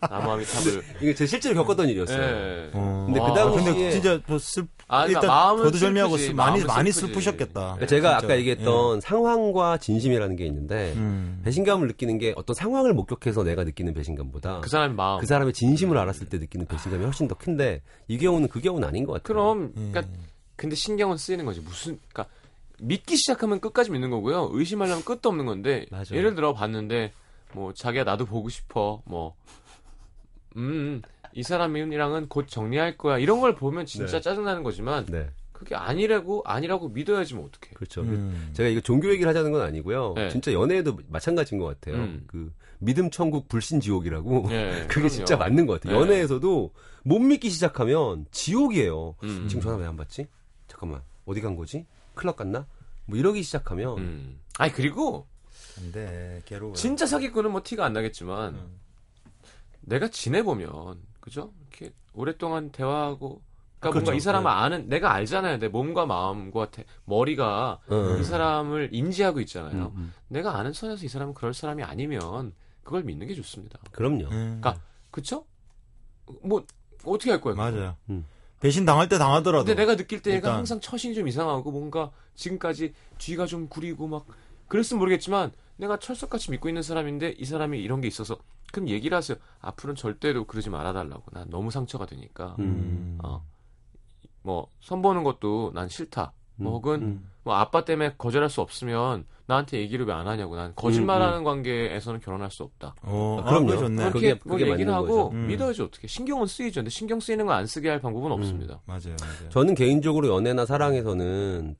Speaker 1: 나 마음이 탑을.
Speaker 4: 이게 제 실제로 겪었던 일이었어요.
Speaker 1: 예.
Speaker 3: 어.
Speaker 4: 근데
Speaker 1: 그
Speaker 3: 아,
Speaker 1: 당시에-
Speaker 3: 근데 진짜 뭐 슬,
Speaker 1: 아, 그러니까
Speaker 3: 일단
Speaker 1: 마음은
Speaker 3: 저도 절미하고
Speaker 1: 슬프지,
Speaker 3: 슬- 많이
Speaker 1: 마음은
Speaker 3: 많이
Speaker 1: 슬프지.
Speaker 3: 슬프셨겠다.
Speaker 4: 그러니까 제가
Speaker 3: 진짜.
Speaker 4: 아까 얘기했던
Speaker 1: 예.
Speaker 4: 상황과 진심이라는 게 있는데
Speaker 3: 예. 음.
Speaker 4: 배신감을 느끼는 게 어떤 상황을 목격해서 내가 느끼는 배신감보다
Speaker 1: 그 사람의 마음. 아.
Speaker 4: 그 사람의 진심을 알았을 때 느끼는 배신감이 훨씬 더 큰데 이 경우는 그 경우는 아닌 것 같아요.
Speaker 1: 그럼 그러니까 근데 신경은 쓰이는 거지 무슨 그러니까 믿기 시작하면 끝까지 믿는 거고요 의심하려면 끝도 없는 건데
Speaker 4: 맞아요.
Speaker 1: 예를 들어 봤는데 뭐 자기야 나도 보고 싶어 뭐 음 이 사람이랑은 곧 정리할 거야 이런 걸 보면 진짜
Speaker 4: 네.
Speaker 1: 짜증나는 거지만
Speaker 4: 네
Speaker 1: 그게 아니라고 아니라고 믿어야지 뭐 어떡해
Speaker 4: 그렇죠.
Speaker 3: 음.
Speaker 4: 제가 이거 종교 얘기를 하자는 건 아니고요.
Speaker 1: 네.
Speaker 4: 진짜 연애에도 마찬가지인 것 같아요.
Speaker 1: 음.
Speaker 4: 그 믿음 천국 불신 지옥이라고
Speaker 1: 예,
Speaker 4: 뭐, 그게
Speaker 1: 그럼요.
Speaker 4: 진짜 맞는 것 같아요.
Speaker 1: 네.
Speaker 4: 연애에서도 못 믿기 시작하면 지옥이에요.
Speaker 1: 음.
Speaker 4: 지금 전화 왜 안 받지? 잠깐만 어디 간 거지? 클럽 갔나? 뭐 이러기 시작하면
Speaker 1: 음. 아니 그리고
Speaker 3: 근데 괴로워.
Speaker 1: 진짜 사기꾼은 뭐 티가 안 나겠지만
Speaker 3: 음.
Speaker 1: 내가 지내보면 그죠? 이렇게 오랫동안 대화하고 그러니까
Speaker 3: 그렇죠.
Speaker 1: 뭔가 이 사람을 아는 내가 알잖아요. 내 몸과 마음과 태- 머리가
Speaker 4: 음.
Speaker 1: 이 사람을 인지하고 있잖아요.
Speaker 4: 음, 음.
Speaker 1: 내가 아는 선에서 이 사람은 그럴 사람이 아니면 그걸 믿는 게 좋습니다.
Speaker 4: 그럼요.
Speaker 3: 음.
Speaker 1: 그러니까 그쵸? 뭐 어떻게 할 거야? 그거?
Speaker 3: 맞아요.
Speaker 4: 음.
Speaker 3: 배신 당할 때 당하더라도.
Speaker 1: 근데 내가 느낄 때 얘가
Speaker 3: 일단-
Speaker 1: 항상 처신이 좀 이상하고 뭔가 지금까지 뒤가 좀 구리고 막 그랬으면 모르겠지만 내가 철석같이 믿고 있는 사람인데 이 사람이 이런 게 있어서 그럼 얘기를 하세요. 앞으로는 절대로 그러지 말아달라고. 나 너무 상처가 되니까.
Speaker 3: 음.
Speaker 1: 어. 뭐 선보는 것도 난 싫다. 뭐
Speaker 4: 음,
Speaker 1: 혹은
Speaker 4: 음.
Speaker 1: 뭐 아빠 때문에 거절할 수 없으면 나한테 얘기를 왜 안 하냐고. 난
Speaker 4: 음,
Speaker 1: 거짓말하는 관계에서는 결혼할 수 없다.
Speaker 3: 어,
Speaker 4: 아,
Speaker 3: 그럼요.
Speaker 4: 그럼요.
Speaker 3: 좋네.
Speaker 1: 그렇게
Speaker 4: 그게-
Speaker 1: 뭐
Speaker 4: 그게
Speaker 1: 얘기를
Speaker 4: 맞는
Speaker 1: 하고
Speaker 4: 거죠.
Speaker 3: 음.
Speaker 1: 믿어야지 어떻게. 신경은 쓰이죠. 근데 신경 쓰이는 거 안 쓰게 할
Speaker 4: 음.
Speaker 1: 방법은 없습니다.
Speaker 3: 맞아요. 맞아요.
Speaker 4: 저는 개인적으로 연애나 사랑에서는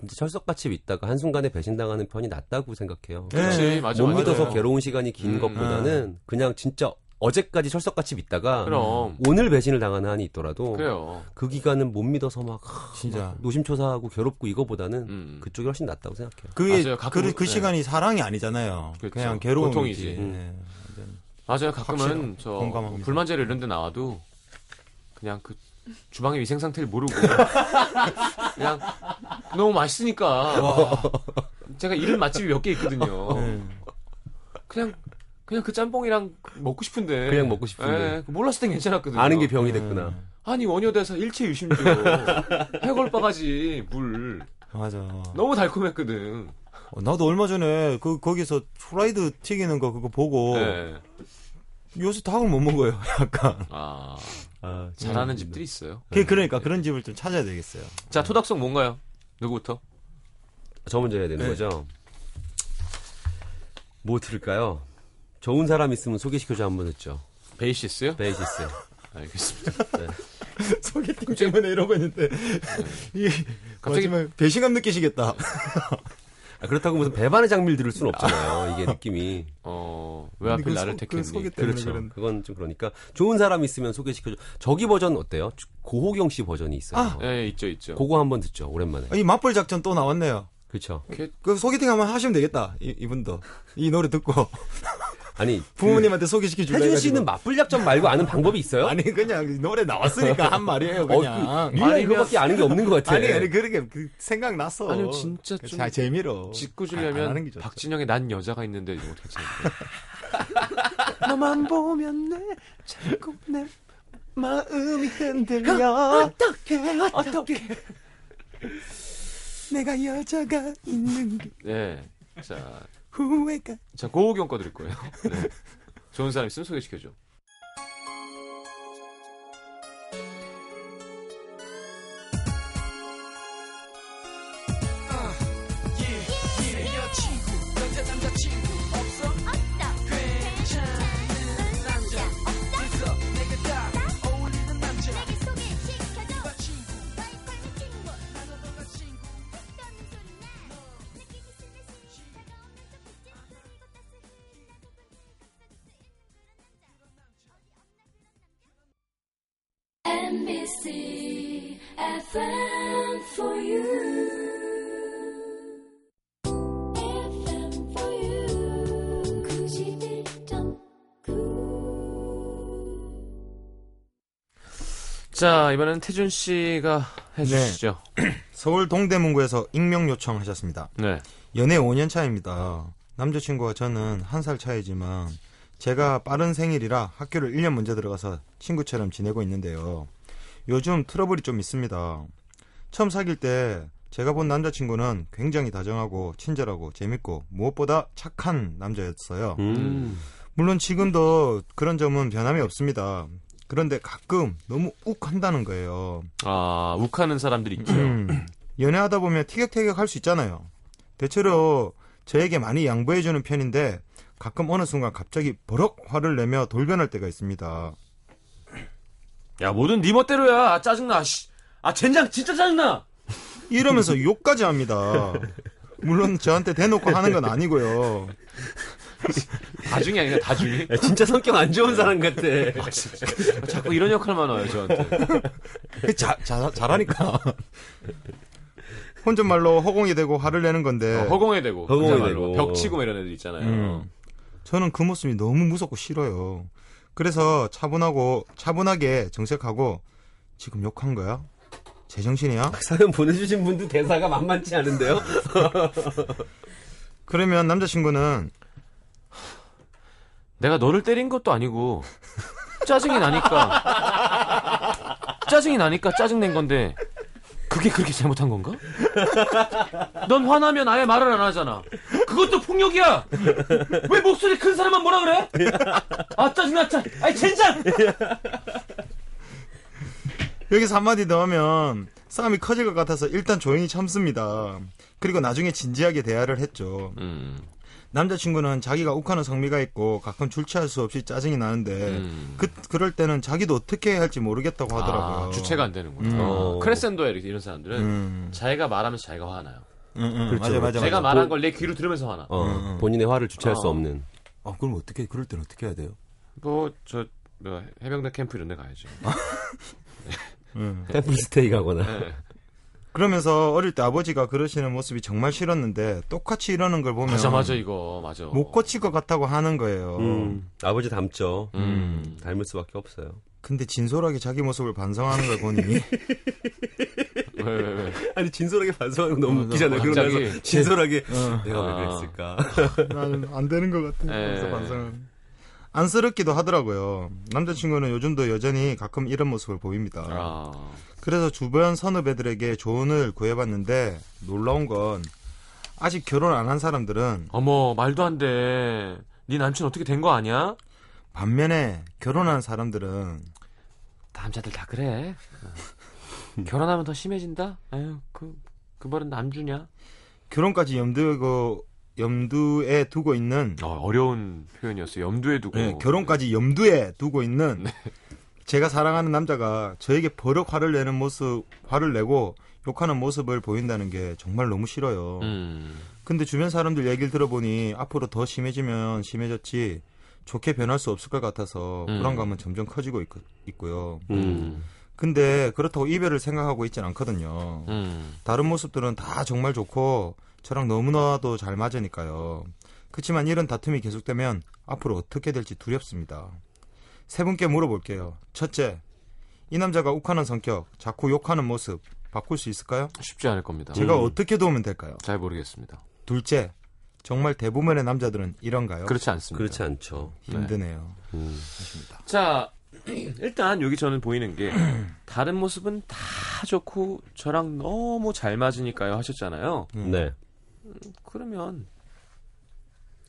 Speaker 4: 진짜 철석같이 믿다가 한순간에 배신당하는 편이 낫다고 생각해요.
Speaker 3: 네.
Speaker 1: 그렇지. 예. 맞아.
Speaker 4: 못
Speaker 1: 맞아.
Speaker 4: 믿어서 괴로운 시간이 긴
Speaker 1: 음.
Speaker 4: 것보다는 그냥 진짜 어제까지 철석같이 믿다가
Speaker 1: 그럼.
Speaker 4: 오늘 배신을 당하는 한이 있더라도
Speaker 1: 그래요.
Speaker 4: 그 기간은 못 믿어서 막 하,
Speaker 3: 진짜.
Speaker 4: 막 노심초사하고 괴롭고 이거보다는
Speaker 1: 음.
Speaker 4: 그쪽이 훨씬 낫다고 생각해요.
Speaker 3: 그게
Speaker 1: 맞아요.
Speaker 3: 그
Speaker 1: 가끔
Speaker 3: 그
Speaker 1: 네.
Speaker 3: 시간이 사랑이 아니잖아요.
Speaker 1: 그렇죠.
Speaker 3: 그냥 괴로움이지.
Speaker 1: 고통이지.
Speaker 3: 네. 완전.
Speaker 1: 맞아요. 가끔은
Speaker 3: 확실히
Speaker 1: 저
Speaker 3: 공감합니다.
Speaker 1: 불만제를 이런 데 나와도 그냥 그 주방의 위생 상태를 모르고 그냥 너무 맛있으니까 제가 일을 맛집이 몇 개 있거든요.
Speaker 3: 네.
Speaker 1: 그냥 그냥 그 짬뽕이랑 먹고 싶은데
Speaker 4: 그냥 먹고 싶은데.
Speaker 1: 예, 몰랐을 땐 괜찮았거든요. 음.
Speaker 4: 아는 게 병이 됐구나.
Speaker 1: 아니 원효대사 일체 유심조 해골 바가지 물
Speaker 3: 맞아.
Speaker 1: 너무 달콤했거든.
Speaker 3: 어, 나도 얼마 전에 그 거기서 프라이드 튀기는 거 그거 보고
Speaker 1: 예.
Speaker 3: 요새 닭을 못 먹어요. 약간.
Speaker 1: 아 네.
Speaker 4: 아,
Speaker 1: 잘하는 집들이 있어요.
Speaker 3: 그- 그러니까 그런 집을 좀 찾아야 되겠어요.
Speaker 1: 자 토닥송 뭔가요? 누구부터?
Speaker 4: 저 먼저 해야 되는
Speaker 3: 네.
Speaker 4: 거죠. 뭐 들을까요? 좋은 사람 있으면 소개시켜줘 한번 했죠.
Speaker 1: 베이시스요?
Speaker 4: 베이시스.
Speaker 1: 알겠습니다.
Speaker 3: 소개팅 때문에 이러고 있는데 이
Speaker 1: 갑자기-
Speaker 3: 마지막에 배신감 느끼시겠다.
Speaker 4: 아, 그렇다고 무슨 배반의 장미를 들을 수는 없잖아요. 이게 느낌이.
Speaker 1: 어왜
Speaker 3: 근데
Speaker 1: 하필
Speaker 3: 그
Speaker 1: 나를
Speaker 3: 소- 그
Speaker 1: 택했니?
Speaker 3: 소개 때문에
Speaker 4: 그렇죠.
Speaker 3: 그런-
Speaker 4: 그건 좀 그러니까 좋은 사람 있으면 소개시켜줘. 저기 버전 어때요? 고호경 씨 버전이 있어요.
Speaker 3: 아.
Speaker 1: 예, 있죠, 있죠.
Speaker 4: 그거 한번 듣죠. 오랜만에.
Speaker 3: 아, 이 맞벌 작전 또 나왔네요.
Speaker 4: 그렇죠.
Speaker 3: 그 소개팅 한번 하시면 되겠다. 이, 이분도 이 노래 듣고
Speaker 4: 아니
Speaker 3: 부모님한테 소개시켜
Speaker 4: 그
Speaker 3: 주려
Speaker 4: 태준 씨는 맞불약점 말고 아는 방법이 있어요?
Speaker 3: 아니 그냥 이 노래 나왔으니까 한 말이에요 그냥.
Speaker 4: 어, 그, 리아
Speaker 1: 아니면-
Speaker 4: 이거밖에 아는 게 없는 것 같아.
Speaker 3: 아니 아니 그렇게 그 생각났어.
Speaker 1: 아니요, 진짜 좀
Speaker 3: 자, 재미로
Speaker 1: 짓고
Speaker 3: 아, 안 하는
Speaker 1: 주려면
Speaker 3: 게 좋죠.
Speaker 1: 박진영의 난 여자가 있는데 이거 괜찮아요. 너만 보면 내 자꾸 내
Speaker 5: 마음이 흔들려 어떻게 어떻게 내가 여자가 있는 게
Speaker 1: 네. 자,
Speaker 5: 후회가
Speaker 1: 자 고우경 꺼드릴 거예요. 네. 좋은 사람 있으면 소개시켜줘.
Speaker 6: NBC FM for you. FM for you. 91.9.
Speaker 1: 자, 이번에는 태준 씨가 해주시죠.
Speaker 3: 서울 동대문구에서 익명 요청하셨습니다.
Speaker 1: 네.
Speaker 3: 연애 5년 차입니다. 남자친구와 저는 한 살 차이지만 제가 빠른 생일이라 학교를 1년 먼저 들어가서 친구처럼 지내고 있는데요. 요즘 트러블이 좀 있습니다. 처음 사귈 때 제가 본 남자친구는 굉장히 다정하고 친절하고 재밌고 무엇보다 착한 남자였어요.
Speaker 4: 음.
Speaker 3: 물론 지금도 그런 점은 변함이 없습니다. 그런데 가끔 너무 욱한다는 거예요.
Speaker 1: 아, 욱하는 사람들이 있죠.
Speaker 3: 음, 연애하다 보면 티격태격 할 수 있잖아요. 대체로 저에게 많이 양보해주는 편인데 가끔 어느 순간 갑자기 버럭 화를 내며 돌변할 때가 있습니다.
Speaker 1: 야, 뭐든 네 멋대로야. 아, 짜증나. 씨. 아, 젠장 진짜 짜증나.
Speaker 3: 이러면서 욕까지 합니다. 물론 저한테 대놓고 하는 건 아니고요.
Speaker 1: 다중이 아니라 다중이.
Speaker 4: 야, 진짜 성격 안 좋은 사람 같아.
Speaker 1: 자꾸 이런 역할만 와요 저한테.
Speaker 3: 그 자, 자, 잘하니까. 혼잣말로 허공이 되고 화를 내는 건데
Speaker 1: 아, 뭐 허공에 대고.
Speaker 4: 허공에
Speaker 1: 그야말로
Speaker 4: 대고.
Speaker 1: 벽치고 막 이런 애들 있잖아요.
Speaker 3: 음. 저는 그 모습이 너무 무섭고 싫어요. 그래서 차분하고 차분하게 정색하고 지금 욕한 거야? 제정신이야?
Speaker 4: 그 사연 보내주신 분도 대사가 만만치 않은데요?
Speaker 3: 그러면 남자친구는
Speaker 1: 내가 너를 때린 것도 아니고 짜증이 나니까 짜증이 나니까 짜증 낸 건데 그게 그렇게 잘못한 건가? 넌 화나면 아예 말을 안 하잖아. 그것도 폭력이야. 왜 목소리 큰 사람만 뭐라 그래? 아 짜증나 짜. 아이 젠장.
Speaker 3: 여기서 한마디 더 하면 싸움이 커질 것 같아서 일단 조용히 참습니다. 그리고 나중에 진지하게 대화를 했죠.
Speaker 1: 음,
Speaker 3: 남자친구는 자기가 욱하는 성미가 있고 가끔 줄치할 수 없이 짜증이 나는데
Speaker 1: 음.
Speaker 3: 그, 그럴 때는 자기도 어떻게 해야 할지 모르겠다고 하더라고요.
Speaker 1: 아, 주체가 안 되는구나.
Speaker 3: 음.
Speaker 1: 어, 크레센도에 이런 사람들은
Speaker 3: 음.
Speaker 1: 자기가 말하면 자기가 화나요.
Speaker 3: 응, 응,
Speaker 4: 그렇죠.
Speaker 3: 맞아, 맞아,
Speaker 1: 제가
Speaker 3: 맞아.
Speaker 1: 말한 걸 내 귀로 들으면서 화나.
Speaker 4: 어,
Speaker 3: 음.
Speaker 4: 본인의 화를 주체할 수
Speaker 1: 어.
Speaker 4: 없는.
Speaker 7: 아, 그럼 어떻게, 그럴 땐 어떻게 해야 돼요?
Speaker 1: 뭐 저 해병대 캠프 이런 데 가야죠.
Speaker 3: 응.
Speaker 4: 템플스테이 가거나.
Speaker 3: 네. 그러면서 어릴 때 아버지가 그러시는 모습이 정말 싫었는데 똑같이 이러는 걸 보면
Speaker 1: 맞아 맞아 이거 맞아.
Speaker 3: 못 고칠 것 같다고 하는 거예요.
Speaker 4: 음, 아버지 닮죠.
Speaker 1: 음.
Speaker 4: 닮을 수밖에 없어요.
Speaker 3: 근데 진솔하게 자기 모습을 반성하는 걸 보니
Speaker 1: 왜, 왜, 왜.
Speaker 4: 아니 진솔하게 반성하는 거 너무 웃기잖아요.
Speaker 1: 어, 갑자기.
Speaker 4: 그러면서 진솔하게 내가
Speaker 1: 아.
Speaker 4: 왜 그랬을까.
Speaker 3: 나는 안 되는 것 같아. 그래서
Speaker 1: 예.
Speaker 3: 반성은 안쓰럽기도 하더라고요. 남자친구는 요즘도 여전히 가끔 이런 모습을 보입니다.
Speaker 1: 아.
Speaker 3: 그래서 주변 선후배들에게 조언을 구해봤는데 놀라운 건 아직 결혼 안 한 사람들은
Speaker 1: 어머 말도 안 돼. 네 남친 어떻게 된 거 아니야?
Speaker 3: 반면에 결혼한 사람들은
Speaker 1: 남자들 다 그래. 어. 결혼하면 더 심해진다. 에휴 그 그벌은 남주냐?
Speaker 3: 결혼까지 염두고 염두에 두고 있는
Speaker 1: 어, 어려운 표현이었어요. 염두에 두고.
Speaker 3: 네, 결혼까지 염두에 두고 있는
Speaker 1: 네.
Speaker 3: 제가 사랑하는 남자가 저에게 버럭 화를 내는 모습, 화를 내고 욕하는 모습을 보인다는 게 정말 너무 싫어요.
Speaker 1: 음.
Speaker 3: 근데 주변 사람들 얘기를 들어보니 앞으로 더 심해지면 심해졌지 좋게 변할 수 없을 것 같아서
Speaker 1: 음.
Speaker 3: 불안감은 점점 커지고 있, 고요
Speaker 4: 음.
Speaker 3: 근데 그렇다고 이별을 생각하고 있진 않거든요.
Speaker 1: 음.
Speaker 3: 다른 모습들은 다 정말 좋고 저랑 너무나도 잘 맞으니까요. 그렇지만 이런 다툼이 계속되면 앞으로 어떻게 될지 두렵습니다. 세 분께 물어볼게요. 첫째, 이 남자가 욱하는 성격, 자꾸 욕하는 모습 바꿀 수 있을까요?
Speaker 1: 쉽지 않을 겁니다.
Speaker 3: 제가
Speaker 4: 음.
Speaker 3: 어떻게 도우면 될까요?
Speaker 1: 잘 모르겠습니다.
Speaker 3: 둘째, 정말 대부분의 남자들은 이런가요?
Speaker 1: 그렇지 않습니다.
Speaker 4: 그렇지 않죠.
Speaker 3: 힘드네요.
Speaker 1: 자, 일단 여기 저는 보이는 게 다른 모습은 다 좋고 저랑 너무 잘 맞으니까요 하셨잖아요.
Speaker 3: 예.
Speaker 4: 네.
Speaker 1: 그러면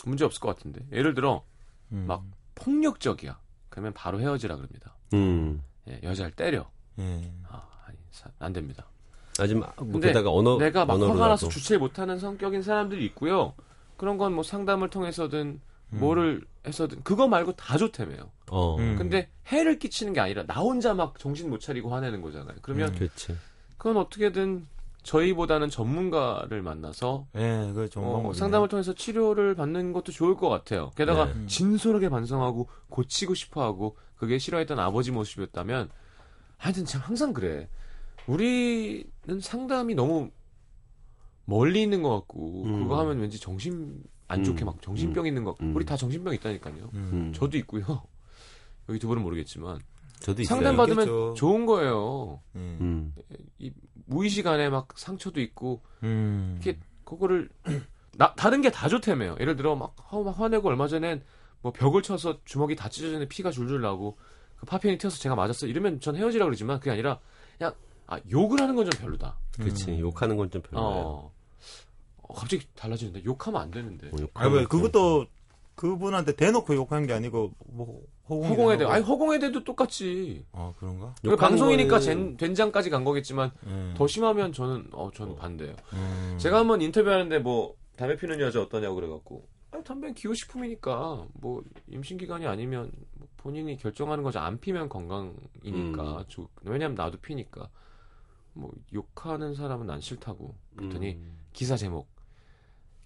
Speaker 1: 문제 없을 것 같은데 예를 들어
Speaker 3: 음.
Speaker 1: 막 폭력적이야. 그러면 바로 헤어지라 그럽니다.
Speaker 4: 음.
Speaker 1: 예, 여자를 때려.
Speaker 3: 예.
Speaker 1: 아, 아니, 사- 안 됩니다.
Speaker 4: 아직
Speaker 1: 근데
Speaker 4: 못에다가 언어
Speaker 1: 내가 막
Speaker 4: 언어로라도.
Speaker 1: 화가 나서 주체 못하는 성격인 사람들이 있고요. 그런 건 뭐 상담을 통해서든
Speaker 4: 음.
Speaker 1: 뭐를 해서든 그거 말고 다 좋다며요.
Speaker 4: 어.
Speaker 3: 음.
Speaker 1: 근데 해를 끼치는 게 아니라 나 혼자 막 정신 못 차리고 화내는 거잖아요. 그러면
Speaker 4: 그렇지.
Speaker 1: 그건 어떻게든 저희보다는 전문가를 만나서
Speaker 3: 예, 그 좋은
Speaker 1: 어,
Speaker 3: 방법이네요.
Speaker 1: 상담을 통해서 치료를 받는 것도 좋을 것 같아요. 게다가
Speaker 4: 네.
Speaker 1: 진솔하게 반성하고 고치고 싶어하고 그게 싫어했던 아버지 모습이었다면 하여튼 참 항상 그래. 우리는 상담이 너무 멀리 있는 것 같고
Speaker 4: 음.
Speaker 1: 그거 하면 왠지 정신 안
Speaker 4: 음.
Speaker 1: 좋게 막 정신병 있는 것 같고
Speaker 4: 음.
Speaker 1: 우리 다 정신병 있다니까요.
Speaker 4: 음.
Speaker 1: 저도 있고요. 여기 두 분은 모르겠지만
Speaker 4: 저도 있어요.
Speaker 1: 상담 받으면
Speaker 3: 있겠죠.
Speaker 1: 좋은 거예요.
Speaker 3: 예.
Speaker 4: 음.
Speaker 1: 이 무의식안에 막 상처도 있고
Speaker 3: 음.
Speaker 1: 이렇게 그거를 나- 다른 게 다 좋다며요. 예를 들어 막, 화- 막 화내고 얼마 전엔 뭐 벽을 쳐서 주먹이 다 찢어지는데 피가 줄줄 나고 그 파편이 튀어서 제가 맞았어. 이러면 전 헤어지라 그러지만 그게 아니라 그냥 아, 욕을 하는 건 좀 별로다.
Speaker 4: 그렇지. 욕하는 건 좀 별로예요.
Speaker 1: 음. 어. 어, 갑자기 달라지는데 욕하면 안 되는데.
Speaker 4: 어,
Speaker 3: 아,
Speaker 4: 욕하는
Speaker 3: 왜
Speaker 4: 건
Speaker 3: 그것도 그분한테 대놓고 욕한 게 아니고 뭐 호공에
Speaker 1: 허공에 대, 아니 허공에 대도 똑같이.
Speaker 3: 아, 그런가?
Speaker 1: 그
Speaker 4: 욕하는
Speaker 1: 방송이니까
Speaker 4: 거는-
Speaker 1: 젠- 된장까지 간 거겠지만
Speaker 3: 예.
Speaker 1: 더 심하면 저는 어 저는 반대예요.
Speaker 3: 음.
Speaker 1: 제가 한번 인터뷰하는데 뭐 담배 피는 여자 어떠냐고 그래갖고 아, 담배는 기호식품이니까 뭐 임신기간이 아니면 뭐 본인이 결정하는 거지 안 피면
Speaker 4: 음.
Speaker 1: 건강이니까 좋- 왜냐면 나도 피니까 뭐 욕하는 사람은 난 싫다고 그랬더니
Speaker 4: 음.
Speaker 1: 기사 제목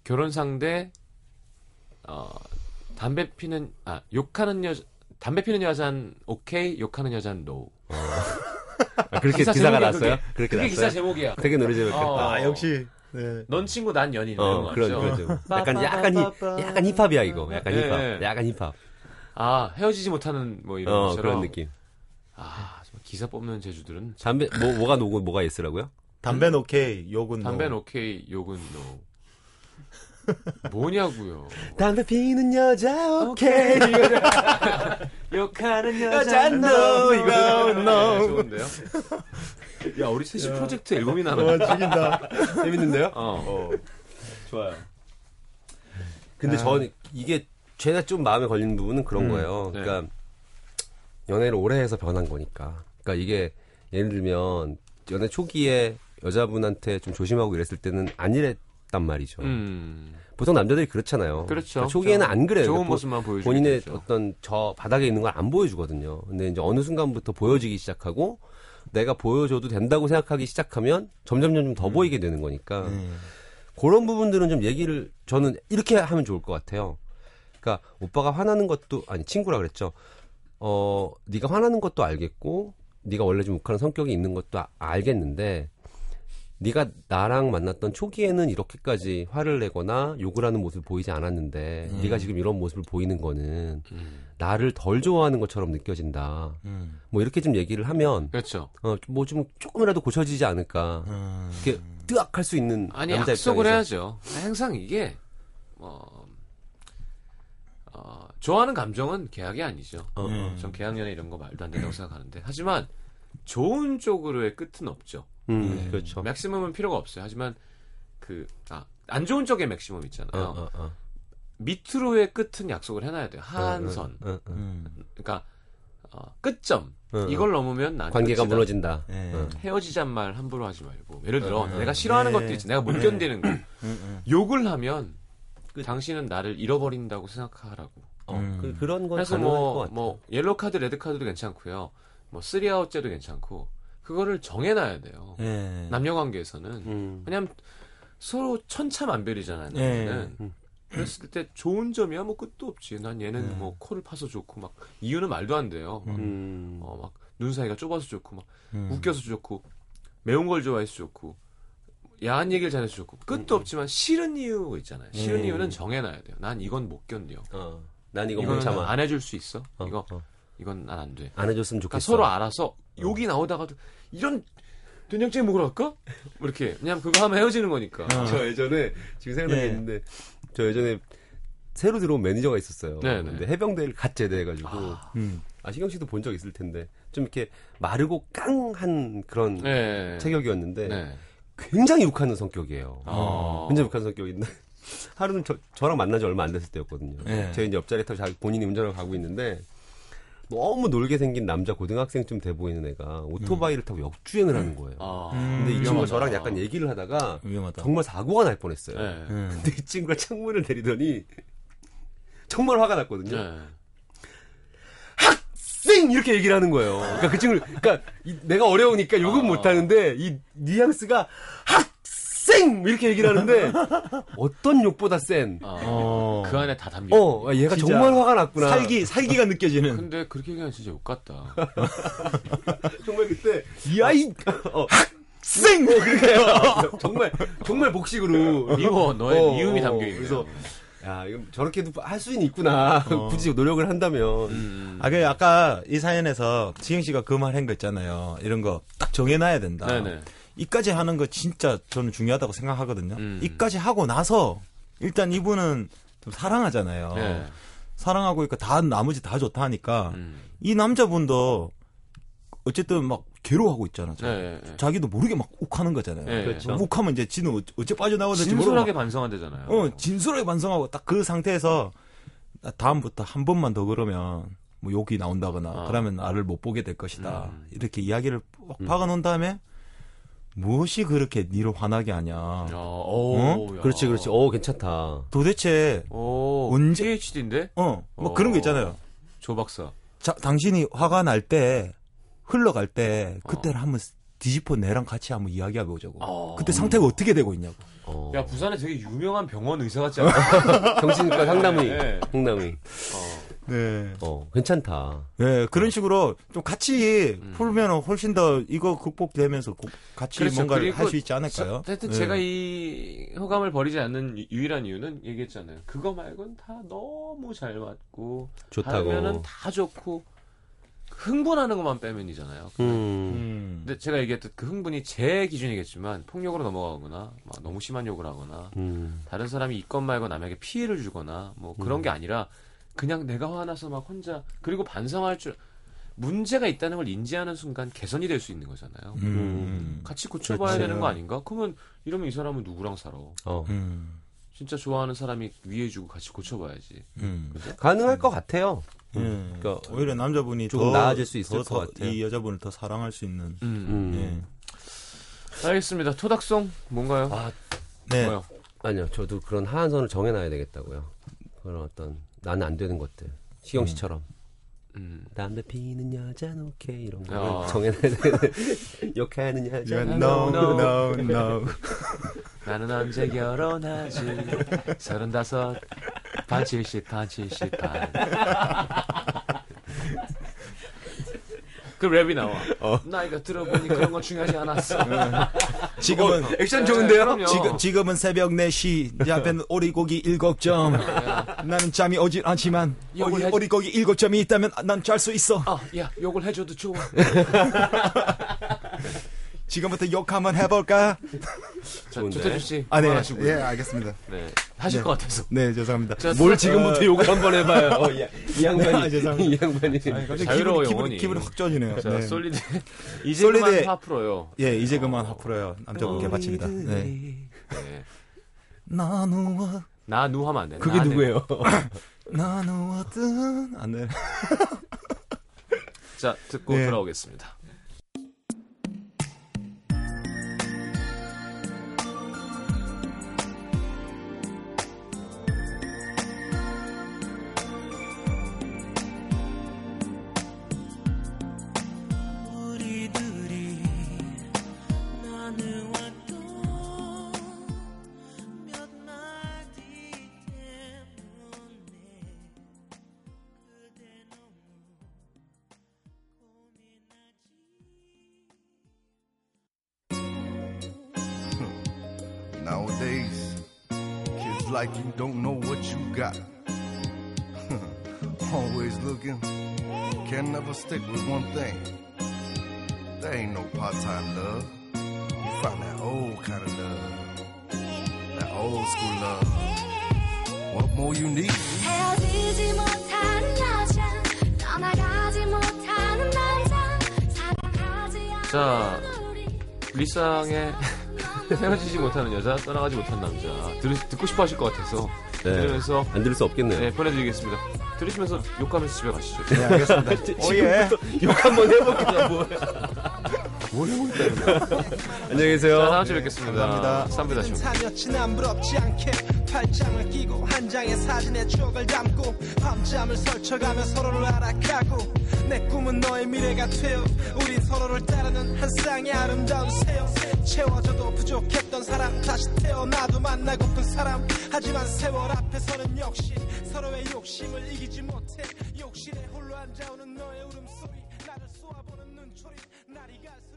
Speaker 1: 결혼 상대 어, 담배 피는 아 욕하는 여자 담배 피는 여자는 오케이 욕하는 여자는 노
Speaker 4: 아, 그렇게
Speaker 1: 기사
Speaker 4: 기사가
Speaker 1: 제목이야,
Speaker 4: 났어요? 그렇게
Speaker 1: 그게
Speaker 4: 났어요.
Speaker 1: 기사 제목이야
Speaker 4: 되게 노래 제목이야.
Speaker 1: 어.
Speaker 3: 아, 역시 네.
Speaker 1: 넌 친구 난 연인 이런
Speaker 4: 어,
Speaker 1: 거
Speaker 4: 그런
Speaker 1: 같죠? 네.
Speaker 4: 그런 약간 약간 힙, 약간 힙합이야 이거. 약간
Speaker 1: 예.
Speaker 4: 힙합. 약간 힙합.
Speaker 1: 아 헤어지지 못하는 뭐 이런
Speaker 4: 어,
Speaker 1: 것처럼
Speaker 4: 그런 느낌.
Speaker 1: 아 정말 기사 뽑는 제주들은
Speaker 4: 담배 뭐 뭐가 노고 뭐가 예스라고요?
Speaker 3: 담배는 오케이, 욕은
Speaker 1: 음. 담배는
Speaker 3: 노.
Speaker 1: 오케이 욕은 노 뭐냐고요
Speaker 4: 담배 피는 여자
Speaker 5: 오케이.
Speaker 1: 욕하는
Speaker 5: 여자
Speaker 1: 는
Speaker 5: no,
Speaker 1: 이거 네, 좋은데요 야 우리 셋이 프로젝트 앨범이
Speaker 4: 어.
Speaker 3: 와,
Speaker 1: 나나
Speaker 3: 어, 죽인다.
Speaker 4: 재밌는데요?
Speaker 1: 어.
Speaker 4: 좋아요. 근데 전 이게 제가 좀 마음에 걸리는 부분은 그런 거예요.
Speaker 1: 네.
Speaker 4: 그러니까 연애를 오래 해서 변한 거니까. 그러니까 이게 예를 들면 연애 초기에 여자분한테 좀 조심하고 이랬을 때는 아니랬단 말이죠.
Speaker 1: 음
Speaker 4: 보통 남자들이 그렇잖아요.
Speaker 1: 그렇죠.
Speaker 4: 그러니까 초기에는
Speaker 1: 그렇죠.
Speaker 4: 안 그래요.
Speaker 1: 좋은
Speaker 4: 보-
Speaker 1: 모습만 보여주죠
Speaker 4: 본인의 어떤 저 바닥에 있는 걸 안 보여주거든요. 근데 이제 어느 순간부터 보여지기 시작하고 내가 보여줘도 된다고 생각하기 시작하면 점점 점점
Speaker 1: 음.
Speaker 4: 더 보이게 되는 거니까
Speaker 3: 음.
Speaker 4: 그런 부분들은 좀 얘기를 저는 이렇게 하면 좋을 것 같아요. 그러니까 오빠가 화나는 것도 아니 친구라 그랬죠. 어 네가 화나는 것도 알겠고 네가 원래 좀 욱하는 성격이 있는 것도 아- 알겠는데 네가 나랑 만났던 초기에는 이렇게까지 화를 내거나 욕을 하는 모습 보이지 않았는데
Speaker 3: 음.
Speaker 4: 네가 지금 이런 모습을 보이는 거는 나를 덜 좋아하는 것처럼 느껴진다.
Speaker 3: 음.
Speaker 4: 뭐 이렇게 좀 얘기를 하면
Speaker 1: 그렇죠
Speaker 4: 어뭐 좀 조금이라도 고쳐지지 않을까.
Speaker 3: 음.
Speaker 4: 이렇게 뜨악할 수 있는
Speaker 1: 아니
Speaker 4: 남자
Speaker 1: 약속을
Speaker 4: 입장에서.
Speaker 1: 해야죠 항상 이게 어, 어, 좋아하는 감정은 계약이 아니죠
Speaker 4: 어, 어.
Speaker 3: 음.
Speaker 1: 전 계약연애 이런 거 말도 안 된다고 생각하는데 하지만 좋은 쪽으로의 끝은 없죠
Speaker 4: 음, 그렇죠.
Speaker 1: 맥시멈은 필요가 없어요. 하지만 그 아, 안 좋은 쪽의 맥시멈
Speaker 4: 어,
Speaker 1: 있잖아요.
Speaker 4: 어, 어.
Speaker 1: 밑으로의 끝은 약속을 해놔야 돼요. 한선.
Speaker 4: 어, 어, 어.
Speaker 3: 음.
Speaker 1: 그러니까 어, 끝점.
Speaker 4: 어, 어.
Speaker 1: 이걸 넘으면 난
Speaker 4: 관계가
Speaker 1: 끝이다.
Speaker 4: 무너진다.
Speaker 3: 예.
Speaker 1: 음.
Speaker 4: 어.
Speaker 1: 헤어지잔 말 함부로 하지 말고. 예를 들어
Speaker 3: 어, 어.
Speaker 1: 내가 싫어하는
Speaker 3: 네.
Speaker 1: 것도 있지. 내가 못 견디는 거.
Speaker 3: 음.
Speaker 1: 욕을 하면 그 당신은 나를 잃어버린다고 생각하라고.
Speaker 4: 어,
Speaker 3: 음.
Speaker 4: 그, 그런 건
Speaker 1: 그래서
Speaker 4: 가능할 것
Speaker 1: 뭐,
Speaker 4: 같아요.
Speaker 1: 뭐 옐로 카드, 레드 카드도 괜찮고요. 뭐 쓰리아웃제도 괜찮고 그거를 정해놔야 돼요.
Speaker 3: 예.
Speaker 1: 남녀 관계에서는
Speaker 4: 네. 음. 네.
Speaker 1: 왜냐면 서로 천차만별이잖아요.
Speaker 3: 예.
Speaker 1: 는
Speaker 4: 음.
Speaker 1: 그랬을 때 좋은 점이 아무 끝도 없지. 난 얘는 뭐 코를 파서 좋고 막 이유는 말도 안 돼요. 막,
Speaker 4: 네. 음.
Speaker 1: 어, 막 눈 사이가 좁아서 좋고 막
Speaker 3: 음.
Speaker 1: 웃겨서 좋고 매운 걸 좋아해서 좋고 야한 얘기를 잘해서 좋고 끝도 없지만 싫은 이유 있잖아요. 싫은
Speaker 4: 음.
Speaker 1: 이유는 정해놔야 돼요. 난 이건 못 견뎌.
Speaker 4: 어. 난 이거 못
Speaker 1: 이거는
Speaker 4: 참아.
Speaker 1: 안 해줄 수 있어.
Speaker 4: 어,
Speaker 1: 이거
Speaker 4: 어.
Speaker 1: 이건 난 안 돼.
Speaker 4: 안 해줬으면
Speaker 1: 그러니까
Speaker 4: 좋겠어.
Speaker 1: 서로 알아서 욕이 나오다가도 이런 된장찌개 먹으러 갈까? 뭐 이렇게 왜냐면 그거 하면 헤어지는 거니까.
Speaker 4: 저 예전에 지금 생각나는
Speaker 3: 예.
Speaker 4: 게 있는데 저 예전에 새로 들어온 매니저가 있었어요.
Speaker 1: 네, 네.
Speaker 4: 근데 해병대를 갓 제대해가지고
Speaker 3: 음.
Speaker 4: 아 시경 씨도 본 적 있을 텐데 좀 이렇게 마르고 깡한 그런
Speaker 1: 네.
Speaker 4: 체격이었는데
Speaker 1: 네.
Speaker 4: 굉장히 욱하는 성격이에요.
Speaker 1: 아.
Speaker 4: 굉장히 욱하는 성격인데 하루는 저, 저랑 만난 지 얼마 안 됐을 때였거든요.
Speaker 3: 네.
Speaker 4: 제가 이제 옆자리 타고 자기 본인이 운전을 가고 있는데 너무 놀게 생긴 남자 고등학생쯤 돼 보이는 애가 오토바이를 타고 역주행을 하는 거예요.
Speaker 1: 아.
Speaker 4: 근데 이 친구가
Speaker 1: 위험하다. 그러니까.
Speaker 4: 저랑 약간 얘기를 음. 하다가
Speaker 3: 위험하다.
Speaker 4: 정말 사고가 날 뻔했어요.
Speaker 1: 네. 네.
Speaker 3: 예.
Speaker 4: 근데 이 친구가 창문을 내리더니 정말 화가
Speaker 1: 네.
Speaker 4: 났거든요. 쌩 이렇게 얘기를 하는 거예요. 그러니까 그 친구, 그러니까 이- 내가 어려우니까
Speaker 1: 아.
Speaker 4: 욕은 못 하는데 이 뉘앙스가 학생 이렇게 얘기를 하는데 어떤 욕보다 센.
Speaker 1: 아,
Speaker 3: 어.
Speaker 1: 그 안에 다 담겨.
Speaker 4: 어, 아, 얘가
Speaker 3: 진짜
Speaker 4: 정말 화가 났구나.
Speaker 3: 살기 살기가 느껴지는
Speaker 1: 근데 그렇게 얘기하면 진짜 욕 같다.
Speaker 4: 정말 그때 이 아이 어. 학생 뭐 그러니까요. 정말 정말 복식으로
Speaker 1: 미워, 너의
Speaker 4: 어,
Speaker 1: 미움이
Speaker 4: 어,
Speaker 1: 담겨 있네.
Speaker 4: 그래서 야 이건 저렇게도 할 수는 있구나. 굳이 노력을 한다면.
Speaker 3: 아, 그 아까 이 사연에서 지영 씨가 그 말 한 거 있잖아요. 이런 거 딱 정해놔야 된다.
Speaker 1: 네네.
Speaker 3: 이까지 하는 거 진짜 저는 중요하다고 생각하거든요.
Speaker 1: 음.
Speaker 3: 이까지 하고 나서 일단 이분은 좀 사랑하잖아요.
Speaker 1: 네.
Speaker 3: 사랑하고 있고 다 나머지 다 좋다 하니까
Speaker 1: 음.
Speaker 3: 이 남자분도 어쨌든 막 괴로워하고 있잖아요.
Speaker 1: 네. 네.
Speaker 3: 자기도 모르게 막 욱하는 거잖아요.
Speaker 1: 네. 그렇죠.
Speaker 3: 욱하면 이제 지는 어째- 어째 빠져나오는지 모르고
Speaker 1: 진솔하게 반성한대잖아요.
Speaker 3: 어, 진솔하게 반성하고 딱 그 상태에서 나 다음부터 한 번만 더 그러면 뭐 욕이 나온다거나
Speaker 1: 아.
Speaker 3: 그러면 나를 못 보게 될 것이다.
Speaker 1: 음.
Speaker 3: 이렇게 이야기를 빡 박아놓은 다음에 무엇이 그렇게 니를 화나게 하냐.
Speaker 1: 야,
Speaker 4: 어,
Speaker 1: 오, 어, 야. 어,
Speaker 4: 그렇지 그렇지. 어 괜찮다.
Speaker 3: 도대체
Speaker 1: 오,
Speaker 3: 언제-
Speaker 1: PhD인데?
Speaker 3: 어, 뭐
Speaker 1: 어.
Speaker 3: 그런 거 있잖아요.
Speaker 1: 조 박사.
Speaker 3: 자, 당신이 화가 날 때 흘러갈 때 그때를 한번 뒤집어 내랑 같이 한번 이야기해보자고.
Speaker 1: 어.
Speaker 3: 그때 상태가 어떻게 되고 있냐고.
Speaker 4: 어.
Speaker 1: 야, 부산에 되게 유명한 병원 의사 같지 않아?
Speaker 4: 정신과 상담의
Speaker 1: 네.
Speaker 4: 상담의.
Speaker 3: 네.
Speaker 4: 어 괜찮다.
Speaker 3: 예, 그런 식으로 좀 같이 풀면 훨씬 더 이거 극복되면서 고-
Speaker 1: 음.
Speaker 3: 같이
Speaker 1: 그렇죠.
Speaker 3: 뭔가를
Speaker 1: 그리고
Speaker 3: 할 수 있지
Speaker 1: 저-
Speaker 3: 않을까요?
Speaker 1: 하여튼
Speaker 3: 예.
Speaker 4: 네.
Speaker 1: 제가 이 호감을 버리지 않는 유- 유일한 이유는 얘기했잖아요. 그거 말고는 다 너무 잘 맞고
Speaker 4: 좋다고.
Speaker 1: 하면은 다 좋고 흥분하는 것만 빼면이잖아요.
Speaker 4: 음.
Speaker 3: 음.
Speaker 1: 근데 제가 얘기했듯 그 흥분이 제 기준이겠지만 폭력으로 넘어가거나 막 너무 심한 욕을 하거나
Speaker 4: 음.
Speaker 1: 다른 사람이 있건 말건 남에게 피해를 주거나 뭐
Speaker 3: 음.
Speaker 1: 그런 게 아니라 그냥 내가 화나서 막 혼자 그리고 반성할 줄 문제가 있다는 걸 인지하는 순간 개선이 될 수 있는 거잖아요.
Speaker 3: 음.
Speaker 1: 같이 고쳐봐야
Speaker 3: 그렇지.
Speaker 1: 되는 거 아닌가? 그러면 이러면 이 사람은 누구랑 살아?
Speaker 4: 어.
Speaker 3: 음.
Speaker 1: 진짜 좋아하는 사람이 위해주고 같이 고쳐봐야지.
Speaker 3: 음.
Speaker 4: 가능할 것 같아요.
Speaker 3: 예.
Speaker 4: 그러니까
Speaker 3: 오히려 남자분이 더,
Speaker 4: 조금 나아질 수 있을
Speaker 3: 더- 더
Speaker 4: 것 같아요.
Speaker 3: 이 여자분을 더 사랑할 수 있는. 예.
Speaker 1: 음.
Speaker 4: 음.
Speaker 1: 알겠습니다. 토닥송 뭔가요?
Speaker 4: 아,
Speaker 3: 네.
Speaker 1: 뭐요?
Speaker 4: 아니요. 저도 그런 하한선을 정해놔야 되겠다고요. 그런 어떤 나는 안 되는 것들. 시경 씨처럼
Speaker 1: 음.
Speaker 4: 담배 피는 여자는 오케이 이런 거
Speaker 1: 아.
Speaker 4: 를 정해놔야 돼. 욕하는 여자. 는
Speaker 1: no, no,
Speaker 3: no.
Speaker 1: 나는 언제 결혼하지? 서른다섯 반 칠십 반 칠십 반. 그 랩이 나와.
Speaker 4: 어.
Speaker 1: 나이가 들어보니 그런 건 중요하지 않았어.
Speaker 4: 음.
Speaker 1: 네,
Speaker 3: 지금은
Speaker 1: 액션 좋은데요?
Speaker 3: 지금 지금은 새벽 4시. 내 앞에는 오리고기 7점. 나는 잠이 오질 않지만
Speaker 1: 네. 욕을
Speaker 3: 오리,
Speaker 1: 하지-
Speaker 3: 오리고기 7점이 있다면 난 잘 수 있어.
Speaker 1: 아, 야, 욕을 해줘도 좋아.
Speaker 3: 지금부터 욕 한번 해 볼까?
Speaker 1: 자,
Speaker 4: 좋은데?
Speaker 1: 조태준 씨,
Speaker 8: 아, 네.
Speaker 1: 그만하시고요.
Speaker 8: 예, 알겠습니다.
Speaker 1: 네, 하실 것 같아서.
Speaker 8: 네, 죄송합니다.
Speaker 1: 자,
Speaker 4: 뭘 지금부터 욕을 한번 해봐요. 어, 이, 이
Speaker 8: 아,
Speaker 4: 양반이.
Speaker 8: 죄송합니다.
Speaker 4: 이 양반이.
Speaker 8: 갑자기
Speaker 1: 자유로워,
Speaker 8: 기분이-
Speaker 1: 영원히.
Speaker 8: 기분이, 기분이 확 좋아지네요.
Speaker 1: 자,
Speaker 8: 네.
Speaker 1: 솔리드. 이제
Speaker 8: 솔리드.
Speaker 1: 그만 화 풀어요.
Speaker 8: 예, 이제 그만 하풀어요. 남자분께 바칩니다. 네.
Speaker 5: 우리들이
Speaker 1: 네.
Speaker 3: 나누어
Speaker 1: 나누 하면 안 돼.
Speaker 4: 그게
Speaker 1: 나는.
Speaker 4: 누구예요?
Speaker 3: 나누었던 안 돼.
Speaker 1: 자, 듣고
Speaker 8: 네.
Speaker 1: 돌아오겠습니다.
Speaker 5: 우리들이 나누었던 몇 마디 때문에 그대 너무 고민하지
Speaker 9: Nowadays, kids like you don't know what you got. Always looking, can never stick with one thing. There ain't no part-time love. You found that old kind of love, that old school love. What more you need?
Speaker 6: 헤어지지 못한 여자 떠나가지 못한
Speaker 1: 자, 리쌍의 헤어지지 못하는 여자, 떠나가지 못한 남자. 들, 듣고 싶어 하실 것 같아서.
Speaker 4: 네.
Speaker 1: 들으면서,
Speaker 4: 안 들을 수 없겠네요.
Speaker 1: 네, 보내드리겠습니다. 들으시면서 욕하면서 집에 가시죠.
Speaker 3: 네, 알겠습니다. 오예.
Speaker 4: 욕 한번 해볼까 뭐야.
Speaker 3: 뭘 하고 있다는 거
Speaker 4: 안녕히
Speaker 1: 자,
Speaker 4: 계세요.
Speaker 1: 다음 주에 뵙겠습니다.
Speaker 3: 감사합니다.
Speaker 1: 3부 다시 옵니다.
Speaker 2: 사며친 안 부럽지 않게 팔짱을 끼고 한 장의 사진에 추억을 담고 밤잠을 설쳐가며 서로를 알아가고 내 꿈은 너의 미래 같아요 우린 서로를 따르는 한 쌍의 아름다운 새요 채워져도 부족했던 사람 다시 태어나도 만나고픈 사람 하지만 세월 앞에서는 역시 서로의 욕심을 이기지 못해 욕실에 홀로 앉아오는 너의 울음소리 나를 쏘아보는 눈초리 날이 갈수록